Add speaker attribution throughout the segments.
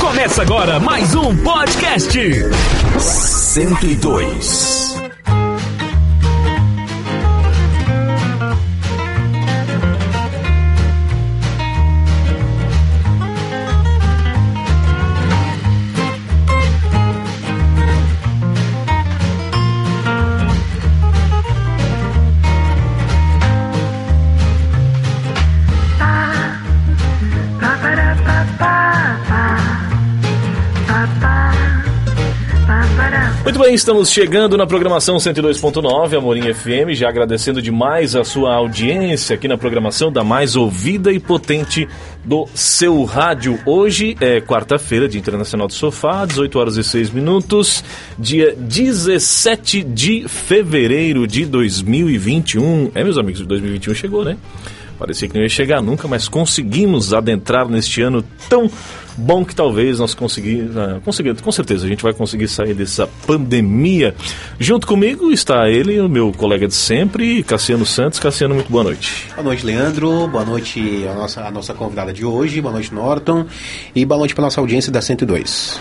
Speaker 1: Começa agora mais um podcast 102.
Speaker 2: Muito bem, estamos chegando na programação 102.9 Amorim FM, já agradecendo demais a sua audiência aqui na programação da mais ouvida e potente do seu rádio. Hoje é quarta-feira, Dia Internacional do Sofá, 18 horas e 6 minutos, dia 17 de fevereiro de 2021. É, meus amigos, 2021 chegou, né? Parecia que não ia chegar nunca, mas conseguimos adentrar neste ano tão bom que talvez nós ah, conseguimos. Conseguir, com certeza, a gente vai conseguir sair dessa pandemia. Junto comigo está ele, o meu colega de sempre, Cassiano Santos. Cassiano, muito boa noite.
Speaker 3: Boa noite, Leandro. Boa noite a nossa, a nossa convidada de hoje. Boa noite, Norton. E boa noite para nossa audiência da 102.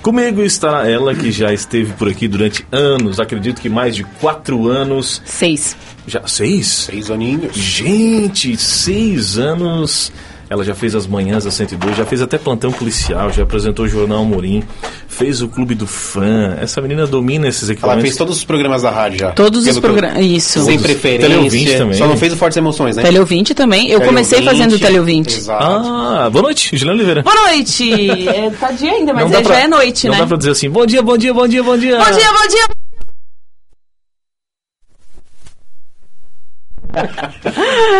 Speaker 2: Comigo está ela que já esteve por aqui durante anos, acredito que mais de quatro anos.
Speaker 4: Seis.
Speaker 2: Já seis?
Speaker 3: Seis aninhos.
Speaker 2: Gente, seis anos. Ela já fez as manhãs da 102, já fez até plantão policial, já apresentou o Jornal Morim, fez o Clube do Fã. Essa menina domina esses equipamentos.
Speaker 3: Ela fez todos os programas da rádio já.
Speaker 4: Todos os programas, isso.
Speaker 3: Sem preferência.
Speaker 2: Teleouvinte também.
Speaker 3: Só não fez o Fortes Emoções, né?
Speaker 4: Teleouvinte também. Eu comecei fazendo teleouvinte.
Speaker 3: Exato.
Speaker 2: Ah, boa noite, Juliana Oliveira.
Speaker 4: Boa noite! É, tá dia ainda, mas
Speaker 2: dá
Speaker 4: é,
Speaker 2: pra-
Speaker 4: já é noite,
Speaker 2: não
Speaker 4: né?
Speaker 2: dá pra dizer assim, bom dia, bom dia, bom dia, bom dia.
Speaker 4: Bom dia, bom dia!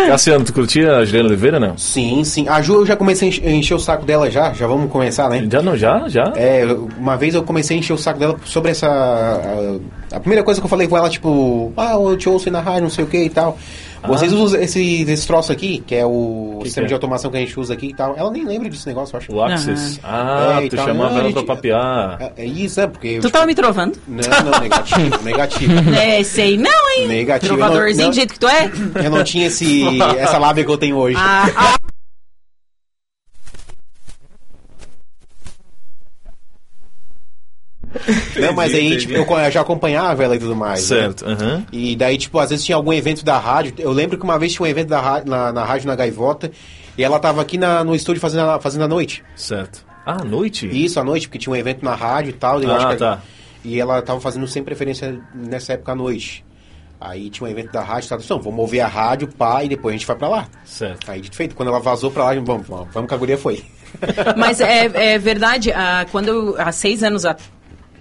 Speaker 2: Cassiano, tu curtia a Juliana Oliveira, não?
Speaker 3: Sim, sim. A Ju, eu já comecei a enche- encher o saco dela já. Já vamos começar, né?
Speaker 2: Já não, já, já.
Speaker 3: É, eu- uma vez eu comecei a encher o saco dela sobre essa. A, a primeira coisa que eu falei com ela, tipo, ah, eu te ouço aí na rádio, não sei o que e tal. Vocês usam esse, esse troço aqui, que é o
Speaker 2: Ah. Que
Speaker 3: sistema
Speaker 2: que é?
Speaker 3: de automação que a gente usa aqui e tal. Ela nem lembra desse negócio, eu acho.
Speaker 2: O Axis. Ah,
Speaker 3: É,
Speaker 2: tu
Speaker 3: então,
Speaker 2: chamava
Speaker 3: não,
Speaker 2: ela
Speaker 3: a
Speaker 2: pra
Speaker 3: gente-
Speaker 2: papear.
Speaker 3: É- É isso, é porque. eu,
Speaker 4: Tu
Speaker 3: tipo,
Speaker 2: tá
Speaker 4: tava me trovando?
Speaker 3: Não, não, negativo, negativo.
Speaker 4: É, sei não, hein?
Speaker 3: Negativo.
Speaker 4: Trovadorzinho
Speaker 3: Não,
Speaker 4: do jeito que tu é?
Speaker 3: Eu não tinha esse, essa lábia que eu tenho hoje.
Speaker 4: Ah,
Speaker 3: não, mas aí, tipo, eu, eu já acompanhava ela e tudo mais. né?
Speaker 2: Certo, aham.
Speaker 3: E daí, tipo, às vezes tinha algum evento da rádio. Eu lembro que uma vez tinha um evento da ra- na, na rádio na Gaivota. E ela tava aqui na- no estúdio fazendo a, fazendo a noite.
Speaker 2: Certo. Ah, à noite?
Speaker 3: Isso, à noite, porque tinha um evento na rádio e tal. e eu
Speaker 2: Ah,
Speaker 3: acho que-
Speaker 2: tá.
Speaker 3: E ela tava fazendo sem preferência nessa época à noite. Aí tinha um evento da rádio, tava assim, "Não, vou mover a rádio, pá, e depois a gente vai pra lá.
Speaker 2: Certo.
Speaker 3: Aí, de feito, quando ela vazou pra lá, vamos, vamos, vamos que a guria foi.
Speaker 4: Mas é, é verdade, ah, quando eu, há seis anos atrás.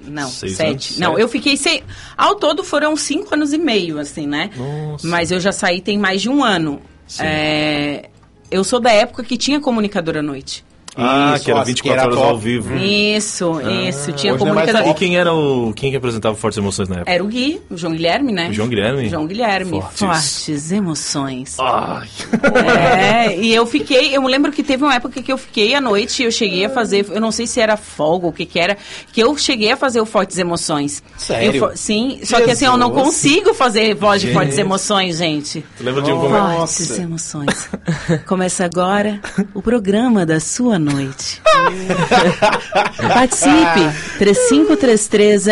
Speaker 4: Não,
Speaker 2: Seis
Speaker 4: sete.
Speaker 2: anos,
Speaker 4: não,
Speaker 2: sete.
Speaker 4: eu fiquei sem. Ao todo foram cinco anos e meio, assim, né?
Speaker 2: Nossa.
Speaker 4: Mas eu já saí tem mais de um ano.
Speaker 2: Sim.
Speaker 4: É, eu sou da época que tinha comunicador à noite.
Speaker 2: Ah,
Speaker 3: Isso,
Speaker 2: que era
Speaker 3: nossa,
Speaker 2: 24
Speaker 3: era
Speaker 2: horas
Speaker 3: top.
Speaker 2: ao vivo.
Speaker 4: Isso, isso. Tinha
Speaker 3: Uhum. hoje não é mais
Speaker 4: comunicador.
Speaker 2: E quem era o. Quem que apresentava Fortes Emoções na época?
Speaker 4: Era o Gui, o João Guilherme, né?
Speaker 2: O João Guilherme?
Speaker 4: João Guilherme.
Speaker 2: Fortes.
Speaker 4: Fortes, emoções.
Speaker 3: Ah.
Speaker 2: Ai.
Speaker 4: É, e eu fiquei, eu me lembro que teve uma época que eu fiquei à noite e eu cheguei a fazer, eu não sei se era folga ou o que que era, que eu cheguei a fazer o Fortes Emoções.
Speaker 3: Sério?
Speaker 4: Eu fo- sim, só que assim, eu não
Speaker 3: Jesus.
Speaker 4: consigo fazer voz de
Speaker 2: Gente.
Speaker 4: Fortes Emoções, gente.
Speaker 2: Tu lembra de um como é?
Speaker 3: Nossa.
Speaker 4: Fortes Emoções. Começa agora o programa da sua noite. Participe! 35330178.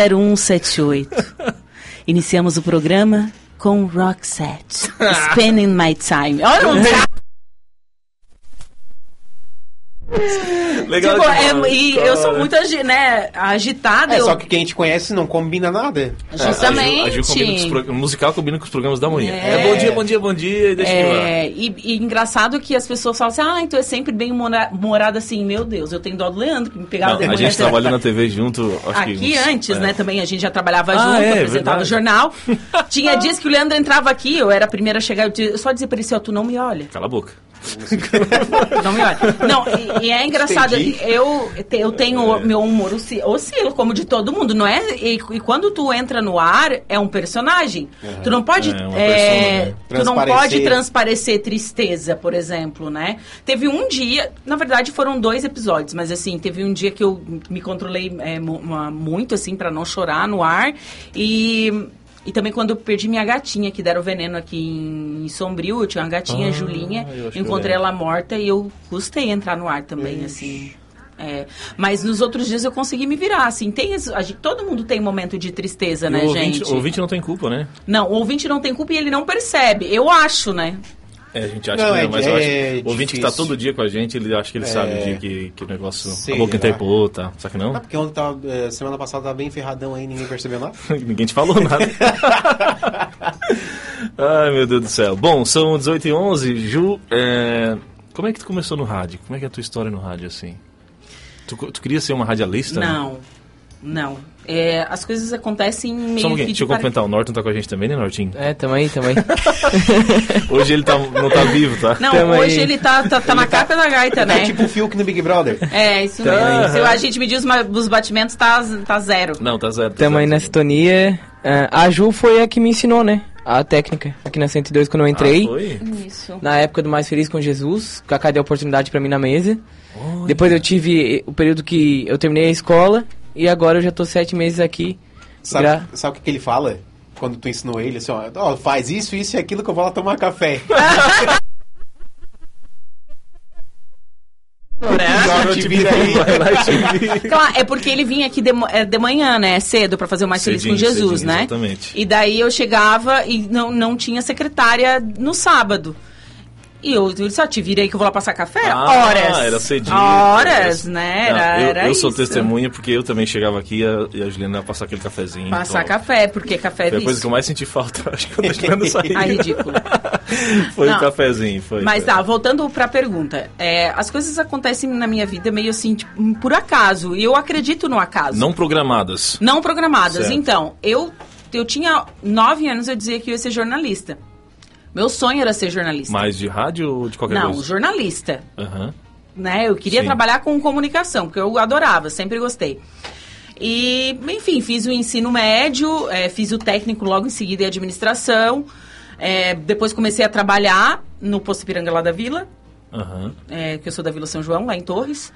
Speaker 4: Iniciamos o programa com Rock Set. Spending My Time. Olha um o
Speaker 2: Legal.
Speaker 4: Tipo,
Speaker 2: demais,
Speaker 4: é, e eu sou
Speaker 2: cara.
Speaker 4: muito agi- né, agitada.
Speaker 3: É,
Speaker 4: eu-
Speaker 3: só que quem a gente conhece não combina nada.
Speaker 4: Justamente.
Speaker 2: A Ju, a Ju é, combina com os pro- o musical combina com os programas da manhã. É,
Speaker 4: É.
Speaker 2: bom dia, bom dia, bom dia, e deixa eu ir lá.
Speaker 4: É, e, e engraçado que as pessoas falam assim, ah, então é sempre bem mora- morada assim, meu Deus, eu tenho dó do Leandro que me pegava de
Speaker 2: Não, a
Speaker 4: manhã,
Speaker 2: gente
Speaker 4: sei lá.
Speaker 2: trabalha na TV junto, acho que.
Speaker 4: Aqui
Speaker 2: uns-
Speaker 4: antes,
Speaker 2: é.
Speaker 4: né, também a gente já trabalhava
Speaker 2: Ah,
Speaker 4: junto,
Speaker 2: é, verdade.
Speaker 4: apresentava o jornal. Tinha dias que o Leandro entrava aqui, eu era a primeira a chegar, eu di- eu só dizia pra ele assim, ó, tu não me olha.
Speaker 2: Cala a boca.
Speaker 4: Não me olha. Não, e, e é engraçado.
Speaker 3: Entendi. É.
Speaker 4: Eu, te- eu tenho. Meu humor osci- oscila, como de todo mundo, não é? E, e quando tu entra no ar, é um personagem. Tu não pode.
Speaker 2: É, uma
Speaker 4: é,
Speaker 2: persona, né?
Speaker 4: Tu não
Speaker 3: Transparecer.
Speaker 4: pode transparecer tristeza, por exemplo, né? Teve um dia. Na verdade, foram dois episódios, mas assim, teve um dia que eu me controlei é, mu- uma- muito, assim, pra não chorar no ar. E. E também quando eu perdi minha gatinha, que deram veneno aqui em Sombrio, eu tinha uma gatinha,
Speaker 2: Ah,
Speaker 4: Julinha,
Speaker 2: eu acho que eu
Speaker 4: encontrei
Speaker 2: lembro.
Speaker 4: ela ela morta e eu custei entrar no ar também, assim. É. Mas nos outros dias eu consegui me virar, assim. Tem, esse- a gente- todo mundo tem momento de tristeza, né,
Speaker 2: o ouvinte,
Speaker 4: gente?
Speaker 2: o ouvinte não tem culpa, né?
Speaker 4: Não, o ouvinte não tem culpa e ele não percebe. Eu acho, né?
Speaker 2: É, a gente acha
Speaker 3: Não,
Speaker 2: que não,
Speaker 3: é-
Speaker 2: mas eu acho
Speaker 3: é
Speaker 2: o ouvinte que tá
Speaker 3: difícil.
Speaker 2: todo dia com a gente, ele acha que ele
Speaker 3: É.
Speaker 2: sabe o dia que, que o negócio
Speaker 3: Sei
Speaker 2: a boca
Speaker 3: lá.
Speaker 2: interpô, tá? Só que não?
Speaker 3: Ah, porque ontem tava, eh, semana passada tava bem ferradão aí, ninguém percebeu nada.
Speaker 2: Ninguém te falou nada. Ai, meu Deus do céu. Bom, são 18 e 11 Ju, é, como é que tu começou no rádio? Como é que é a tua história no rádio, assim? Tu, co- tu queria ser uma radialista? um
Speaker 4: Não. Não. É, as coisas acontecem meio
Speaker 2: Só um
Speaker 4: que
Speaker 2: pouquinho,
Speaker 4: de
Speaker 2: deixa eu
Speaker 4: par-
Speaker 2: complementar. O Norton tá com a gente também, né, Nortinho?
Speaker 5: É, também, também.
Speaker 2: Hoje ele tá- não tá vivo, tá?
Speaker 4: É. Não,
Speaker 5: Tamo
Speaker 4: hoje
Speaker 5: aí.
Speaker 4: ele tá, tá, tá na capa da gaita, né?
Speaker 3: É tipo o Fiuk no Big Brother.
Speaker 4: É, isso mesmo. Se a gente medir os, ma- os batimentos, tá, tá zero.
Speaker 2: Não, tá zero. Tá
Speaker 5: Tamo aí
Speaker 2: zero,
Speaker 5: na
Speaker 2: zero.
Speaker 5: sintonia. Ah, a Ju foi a que me ensinou, né? A técnica aqui na 102 quando eu entrei.
Speaker 2: Ah, foi?
Speaker 4: Isso.
Speaker 5: na época do Mais Feliz com Jesus. Cacá deu oportunidade pra mim na mesa. Depois eu tive o período que eu terminei a escola. E agora eu já tô sete meses aqui.
Speaker 3: Sabe,
Speaker 5: Gra-
Speaker 3: sabe o que, que ele fala? Quando tu ensinou ele, assim, ó, ó, faz isso, isso e aquilo que eu vou lá tomar café. Agora te vira aí.
Speaker 2: Vai lá e te vira.
Speaker 4: Claro, é porque ele vinha aqui de, mo- é, de manhã, né? Cedo pra fazer o mais feliz com
Speaker 2: Cedinho,
Speaker 4: Jesus,
Speaker 2: cedinho,
Speaker 4: né?
Speaker 2: exatamente.
Speaker 4: E daí eu chegava e não, não tinha secretária no sábado. E eu, ele só te virei que eu vou lá passar café?
Speaker 2: Ah,
Speaker 4: horas.
Speaker 2: Era cedinho.
Speaker 4: Horas, né?
Speaker 2: Não,
Speaker 4: Era,
Speaker 2: eu,
Speaker 4: era
Speaker 2: eu sou
Speaker 4: isso.
Speaker 2: testemunha porque eu também chegava aqui e a, e a Juliana ia passar aquele cafezinho.
Speaker 4: Passar
Speaker 2: Então,
Speaker 4: café, porque café é
Speaker 2: Foi a coisa que
Speaker 4: vício.
Speaker 2: eu mais senti falta, acho que quando a Juliana saiu.
Speaker 4: Ah, ridículo.
Speaker 2: Foi o
Speaker 4: Não.
Speaker 2: cafezinho, foi.
Speaker 4: Mas
Speaker 2: foi.
Speaker 4: tá, voltando pra pergunta. É, as coisas acontecem na minha vida meio assim, tipo, por acaso. E eu acredito no acaso.
Speaker 2: Não programadas.
Speaker 4: Não programadas.
Speaker 2: Certo.
Speaker 4: Então, eu, eu tinha nove anos, eu dizia que eu ia ser jornalista. Meu sonho era ser jornalista.
Speaker 2: Mais de rádio ou de qualquer
Speaker 4: Não,
Speaker 2: coisa?
Speaker 4: jornalista.
Speaker 2: Aham.
Speaker 4: Né? Eu queria
Speaker 2: Sim.
Speaker 4: trabalhar com comunicação, porque eu adorava, sempre gostei. E, enfim, fiz o ensino médio, eh, fiz o técnico logo em seguida em administração. eh, depois comecei a trabalhar no Posto Piranga lá da Vila,
Speaker 2: Aham.
Speaker 4: é, que eu sou da Vila São João, lá em Torres.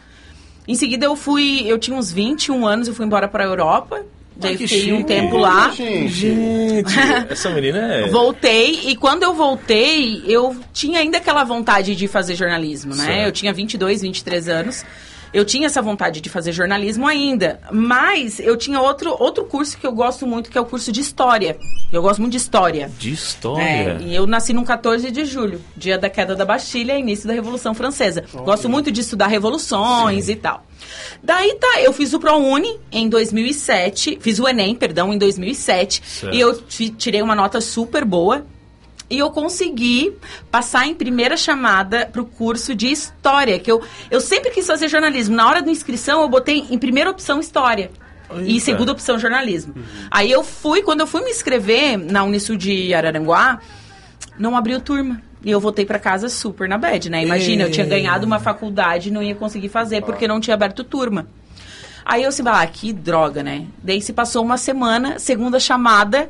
Speaker 4: Em seguida eu fui, eu tinha uns 21 anos, eu fui embora para a Europa. Daí
Speaker 2: que
Speaker 4: fiquei um
Speaker 2: chique.
Speaker 4: tempo lá.
Speaker 2: Gente, essa menina é.
Speaker 4: Voltei e quando eu voltei, eu tinha ainda aquela vontade de fazer jornalismo, né?
Speaker 2: Certo.
Speaker 4: Eu tinha 22, 23 anos. Eu tinha essa vontade de fazer jornalismo ainda, mas eu tinha outro, outro curso que eu gosto muito, que é o curso de história. Eu gosto muito de história.
Speaker 2: De
Speaker 4: É,
Speaker 2: história.
Speaker 4: e eu nasci no 14 de julho, dia da queda da Bastilha, início da Revolução Francesa. Gosto muito de estudar revoluções e tal. Daí tá, eu fiz o ProUni em 2007, fiz o Enem, perdão, em 2007,
Speaker 2: Certo.
Speaker 4: e eu ti- tirei uma nota super boa. E eu consegui passar em primeira chamada pro curso de História, que eu, eu sempre quis fazer jornalismo. Na hora da inscrição, eu botei em primeira opção História. E
Speaker 2: Eita.
Speaker 4: segunda opção jornalismo. Aí eu fui, quando eu fui me inscrever na Unisul de Araranguá, não abriu turma. E eu voltei pra casa super na bad, né? Imagina, eu tinha ganhado uma faculdade e não ia conseguir fazer porque não tinha aberto turma. Aí eu se ah, que droga, né? Daí se passou uma semana, segunda chamada,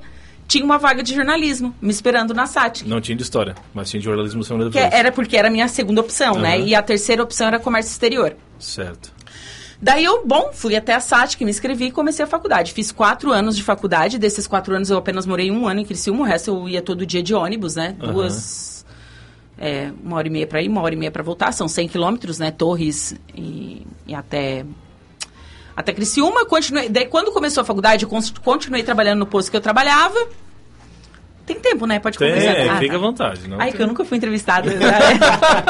Speaker 4: tinha uma vaga de jornalismo, me esperando na SAT.
Speaker 2: Não tinha de história, mas tinha de jornalismo semana
Speaker 4: Que é-
Speaker 2: depois.
Speaker 4: era porque era a minha segunda opção, né?
Speaker 2: Aham.
Speaker 4: E a terceira opção era comércio exterior.
Speaker 2: Certo.
Speaker 4: Daí eu, bom, fui até a SAT, que me inscrevi e comecei a faculdade. Fiz quatro anos de faculdade. Desses quatro anos, eu apenas morei um ano em Criciúma. O resto, eu ia todo dia de ônibus, né?
Speaker 2: Aham.
Speaker 4: Duas... é, uma hora e meia para ir, uma hora e meia para voltar. São 100 quilômetros, né? Torres e, e até... Até Criciúma. Continuei, daí, quando começou a faculdade, eu cons- continuei trabalhando no posto que eu trabalhava. Tem tempo, né? Pode
Speaker 2: Tem,
Speaker 4: conversar. Ah,
Speaker 2: fica à
Speaker 4: tá.
Speaker 2: vontade. Não,
Speaker 4: Ai,
Speaker 2: tem...
Speaker 4: que eu nunca fui entrevistada.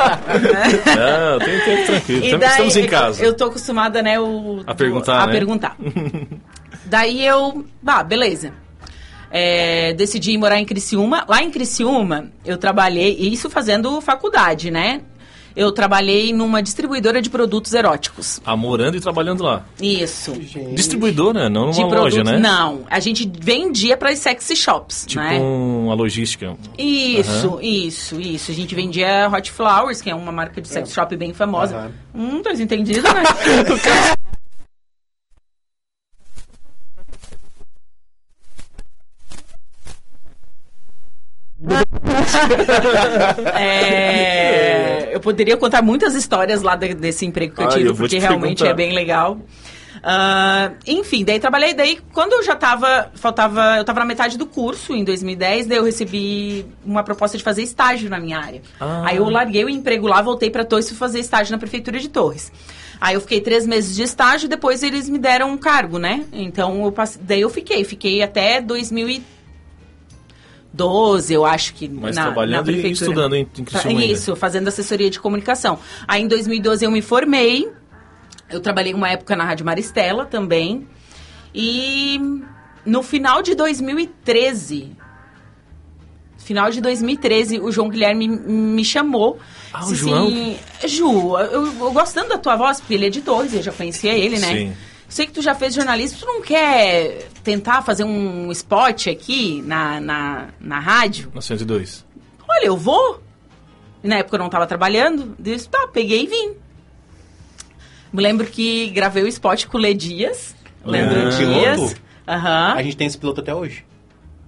Speaker 2: não tem tempo tranquilo.
Speaker 4: E
Speaker 2: Tam-
Speaker 4: daí,
Speaker 2: Estamos em
Speaker 4: eu-
Speaker 2: casa.
Speaker 4: Eu tô acostumada, né, o,
Speaker 2: A perguntar,
Speaker 4: a
Speaker 2: né?
Speaker 4: perguntar. daí eu, ah, beleza. É, decidi ir morar em Criciúma. Lá em Criciúma, eu trabalhei, e isso fazendo faculdade, né? Eu trabalhei numa distribuidora de produtos eróticos.
Speaker 2: Ah, morando e trabalhando lá.
Speaker 4: Isso.
Speaker 2: Distribuidora, não
Speaker 4: de
Speaker 2: uma
Speaker 4: produtos.
Speaker 2: loja, né?
Speaker 4: Não, a gente vendia para as sexy shops,
Speaker 2: Tipo
Speaker 4: né?
Speaker 2: uma logística.
Speaker 4: Isso,
Speaker 2: Aham.
Speaker 4: isso, isso. A gente vendia Hot Flowers, que é uma marca de sex shop bem famosa. Hum, tá entendido, né? É, eu poderia contar muitas histórias lá de- desse emprego que eu
Speaker 2: Ah,
Speaker 4: tive,
Speaker 2: eu vou
Speaker 4: porque
Speaker 2: te
Speaker 4: realmente
Speaker 2: perguntar.
Speaker 4: é bem legal. Ah, enfim, daí trabalhei, daí quando eu já tava, faltava, eu tava na metade do curso em 2010, daí eu recebi uma proposta de fazer estágio na minha área.
Speaker 2: Ah.
Speaker 4: Aí eu larguei o emprego lá, voltei pra Torres e fui fazer estágio na prefeitura de Torres. Aí eu fiquei três meses de estágio, depois eles me deram um cargo, né? Então, eu passe... daí eu fiquei. Fiquei até 2012, eu acho que
Speaker 2: Mas
Speaker 4: na, na
Speaker 2: trabalhando
Speaker 4: prefeitura.
Speaker 2: e estudando em, em
Speaker 4: Tá,
Speaker 2: Criciúma ainda.
Speaker 4: Isso, fazendo assessoria de comunicação. Aí em 2012 eu me formei. Eu trabalhei uma época na Rádio Maristela também. E no final de 2013. Final de 2013, o João Guilherme me- me chamou.
Speaker 2: Ah, o
Speaker 4: Disse
Speaker 2: João?
Speaker 4: assim, Ju, eu, eu gostando da tua voz, porque ele é editor, eu já conhecia ele, né?
Speaker 2: Sim.
Speaker 4: Sei que tu já fez jornalismo, tu não quer tentar fazer um spot aqui na, na, na rádio?
Speaker 2: Na 102.
Speaker 4: Olha, eu vou. E na época eu não tava trabalhando. Disse, tá, peguei e vim. Me lembro que gravei o spot com o Lê Dias. Leandro
Speaker 2: Ah.
Speaker 4: Dias.
Speaker 3: Piloto?
Speaker 4: Aham.
Speaker 3: A gente tem esse piloto até hoje.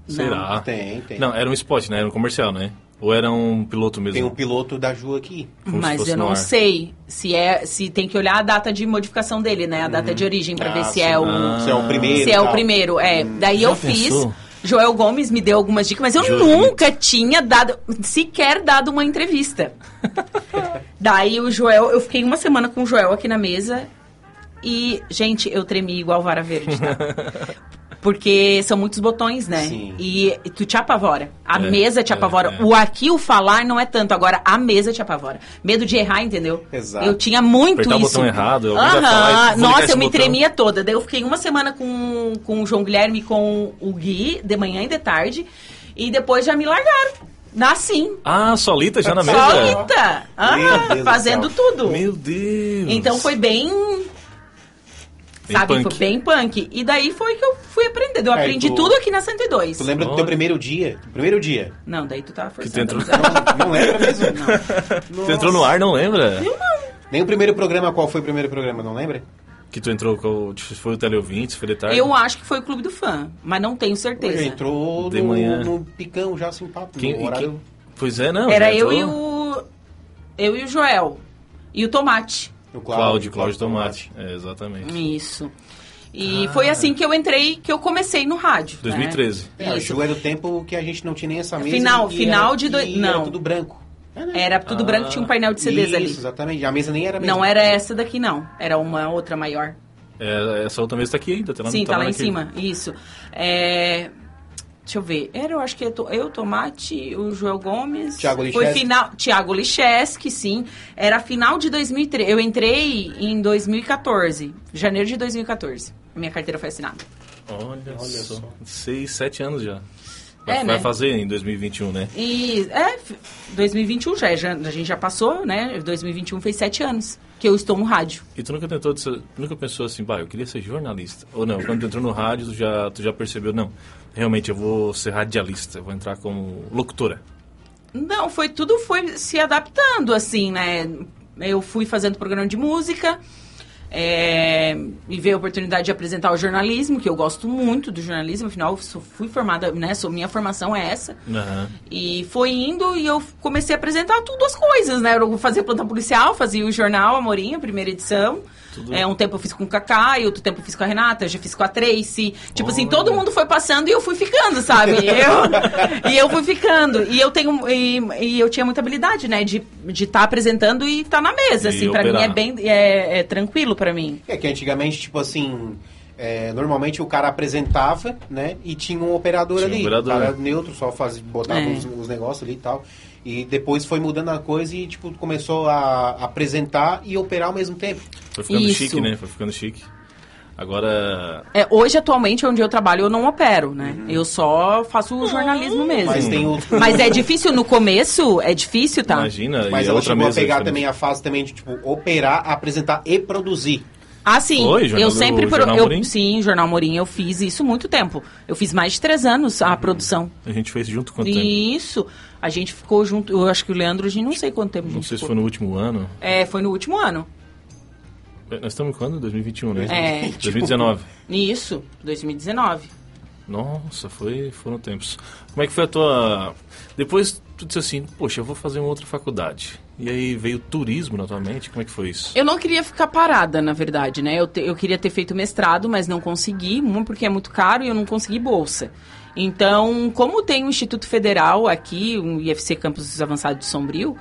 Speaker 2: Será?
Speaker 3: Tem, tem.
Speaker 2: Ah. Não, era um spot, né? Era um comercial, né? Ou era um piloto mesmo?
Speaker 3: Tem um piloto da Ju aqui.
Speaker 2: Como se
Speaker 4: Mas
Speaker 2: fosse
Speaker 4: eu
Speaker 2: no
Speaker 4: não
Speaker 2: ar.
Speaker 4: sei se é, se tem que olhar a data de modificação dele, né? A data de origem pra ver
Speaker 3: Ah,
Speaker 4: se
Speaker 3: sim.
Speaker 4: é o
Speaker 2: Ah.
Speaker 3: Se é o primeiro.
Speaker 4: se é o
Speaker 3: tal.
Speaker 4: primeiro. É, daí
Speaker 2: Já
Speaker 4: eu
Speaker 2: pensou?
Speaker 4: fiz. Joel Gomes me deu algumas dicas, mas eu
Speaker 2: Joel.
Speaker 4: nunca tinha dado, sequer dado uma entrevista. daí o Joel, eu fiquei uma semana com o Joel aqui na mesa e, gente, eu tremi igual vara verde, tá? Porque são muitos botões, né?
Speaker 3: Sim.
Speaker 4: E tu te apavora. A
Speaker 2: É,
Speaker 4: mesa te
Speaker 2: é,
Speaker 4: apavora.
Speaker 2: é.
Speaker 4: O aqui, o falar não é tanto. Agora, a mesa te apavora. Medo de errar, entendeu?
Speaker 3: Exato.
Speaker 4: Eu tinha muito
Speaker 2: Apertar o
Speaker 4: isso.
Speaker 2: botão errado, alguém vai falar e
Speaker 4: Aham.
Speaker 2: vou ligar
Speaker 4: Nossa,
Speaker 2: esse
Speaker 4: eu me
Speaker 2: botão.
Speaker 4: tremia toda. Daí eu fiquei uma semana com, com o João Guilherme e com o Gui, de manhã e de tarde. E depois já me largaram. Assim.
Speaker 2: Ah, solita já na mesa?
Speaker 4: Solita.
Speaker 3: Meu Deus
Speaker 4: Aham.
Speaker 3: do
Speaker 4: Ah, Fazendo
Speaker 3: céu.
Speaker 4: tudo.
Speaker 2: Meu Deus.
Speaker 4: Então foi bem.
Speaker 2: Bem
Speaker 4: sabe,
Speaker 2: punk.
Speaker 4: foi bem punk. E daí foi que eu fui aprendendo. Eu
Speaker 3: É,
Speaker 4: aprendi
Speaker 3: tu-
Speaker 4: tudo aqui na 102.
Speaker 3: Tu lembra do teu primeiro dia? Do primeiro dia.
Speaker 4: Não, daí tu tava forçando. um
Speaker 2: Que tu entrou-
Speaker 4: a amizade.
Speaker 3: Não lembra mesmo?
Speaker 2: Tu entrou no ar, não lembra?
Speaker 3: Nem o primeiro programa, qual foi o primeiro programa, não lembra?
Speaker 2: Que tu entrou com o... Foi o Teleouvinte, foi de tarde.
Speaker 4: Eu acho que foi o Clube do Fã, mas não tenho certeza.
Speaker 3: Ele entrou
Speaker 2: De
Speaker 3: no,
Speaker 2: manhã.
Speaker 3: no picão já sem papo.
Speaker 2: Quem-
Speaker 3: no horário.
Speaker 2: quem- Pois é, não.
Speaker 4: Era
Speaker 2: já
Speaker 4: eu
Speaker 2: entrou.
Speaker 4: e o. Eu e o Joel. E o Tomate.
Speaker 3: O
Speaker 2: Cláudio, Cláudio Tomate. É, exatamente.
Speaker 4: né? Isso. E foi assim que eu entrei, que eu comecei no rádio. né?
Speaker 2: 2013.
Speaker 3: É, o
Speaker 4: Isso. É
Speaker 3: Ju era o tempo que a gente não tinha nem essa mesa.
Speaker 4: Final-
Speaker 3: e
Speaker 4: final
Speaker 3: era-
Speaker 4: de dois-
Speaker 3: e era
Speaker 4: não.
Speaker 3: tudo branco. É, né?
Speaker 4: Era tudo branco, tinha um painel de
Speaker 3: Ah,
Speaker 4: CDs
Speaker 3: Isso,
Speaker 4: ali.
Speaker 3: exatamente. A mesa nem era a mesma.
Speaker 4: Não era essa daqui, não. Era uma outra maior.
Speaker 2: É, essa outra mesa tá aqui ainda. Tá lá,
Speaker 4: Sim, tá lá em
Speaker 2: naquele-
Speaker 4: cima. Isso. É, Deixa eu ver. Era, eu acho que eu, to- eu, Tomate, o Joel Gomes.
Speaker 3: Thiago
Speaker 4: Foi
Speaker 3: Licheschi.
Speaker 4: final. Tiago Licheski, sim. Era final de 2013. Eu entrei em 2014. Janeiro de 2014. A minha carteira foi assinada.
Speaker 2: Olha, só.
Speaker 3: só.
Speaker 2: Seis, sete anos já. Vai,
Speaker 4: É,
Speaker 2: vai
Speaker 4: né?
Speaker 2: fazer em 2021, né?
Speaker 4: E é, f- 2021 já, é, já, a gente já passou, né? 2021 fez sete anos que eu estou no rádio.
Speaker 2: E tu nunca tentou, de ser- nunca pensou assim, bah, eu queria ser jornalista. Ou não, quando tu entrou no rádio, tu já, tu já percebeu, não, realmente eu vou ser radialista, eu vou entrar como locutora.
Speaker 4: Não, foi tudo foi se adaptando, assim, né? Eu fui fazendo programa de música, é, me veio a oportunidade de apresentar o jornalismo, que eu gosto muito do jornalismo, afinal, eu sou- fui formada, né? Sou, minha formação é essa.
Speaker 2: Aham.
Speaker 4: E foi indo e eu comecei a apresentar tudo as coisas, né? Eu fazia plantão policial, fazia o jornal Amorim, a primeira edição.
Speaker 2: Tudo.
Speaker 4: É, um tempo eu fiz com o Kaká, e outro tempo eu fiz com a Renata, eu já fiz com a Tracy. Tipo assim,
Speaker 2: Olha.
Speaker 4: todo mundo foi passando e eu fui ficando, sabe? Eu, e eu fui ficando. E eu tenho. E, e eu tinha muita habilidade, né? De estar de tá apresentando e estar na mesa.
Speaker 2: E
Speaker 4: assim, pra mim
Speaker 2: operar.
Speaker 4: é bem. É, é tranquilo pra mim.
Speaker 3: É que antigamente, tipo assim, é, normalmente o cara apresentava, né? E tinha um operador
Speaker 2: Tinha um
Speaker 3: ali.
Speaker 2: operador.
Speaker 3: O cara neutro, só faz, botava
Speaker 4: É.
Speaker 3: os, os negócios ali e tal. E depois foi mudando a coisa e, tipo, começou a apresentar e operar ao mesmo tempo.
Speaker 2: Foi ficando
Speaker 4: Isso.
Speaker 2: chique, né? Foi ficando chique. Agora,
Speaker 4: É, hoje, atualmente, onde eu trabalho, eu não opero, né?
Speaker 2: Uhum.
Speaker 4: Eu só faço o jornalismo mesmo.
Speaker 3: Mas tem o.
Speaker 4: Mas é difícil no começo, é difícil, tá?
Speaker 2: imagina,
Speaker 3: Mas
Speaker 2: e a
Speaker 3: ela
Speaker 2: outra
Speaker 3: chegou a
Speaker 2: mesa...
Speaker 3: pegar
Speaker 2: diferente.
Speaker 3: também a fase também de, tipo, operar, apresentar e produzir.
Speaker 4: Ah, sim.
Speaker 2: Oi, jornal
Speaker 4: eu
Speaker 2: do-
Speaker 4: sempre pro-
Speaker 2: Jornal
Speaker 4: eu-
Speaker 2: Morim?
Speaker 4: sim, Jornal Morim, eu fiz isso muito tempo. Eu fiz mais de três anos a produção.
Speaker 2: A gente fez junto quanto tempo?
Speaker 4: Isso. A gente ficou junto. Eu acho que o Leandro, a gente não sei quanto tempo. a
Speaker 2: Não
Speaker 4: gente
Speaker 2: sei se
Speaker 4: ficou.
Speaker 2: foi no último ano.
Speaker 4: É, foi no último ano.
Speaker 2: Nós estamos em quando? 2021, né?
Speaker 4: É.
Speaker 2: 2019.
Speaker 4: Isso, 2019.
Speaker 2: Nossa, foi, foram tempos. Como é que foi a tua... Depois tu disse assim, poxa, eu vou fazer uma outra faculdade. E aí veio turismo na tua mente, como é que foi isso?
Speaker 4: Eu não queria ficar parada, na verdade, né? Eu, te- eu queria ter feito mestrado, mas não consegui, um, porque é muito caro e eu não consegui bolsa. Então, como tem um Instituto Federal aqui, um IFC Campus Avançado de Sombrio,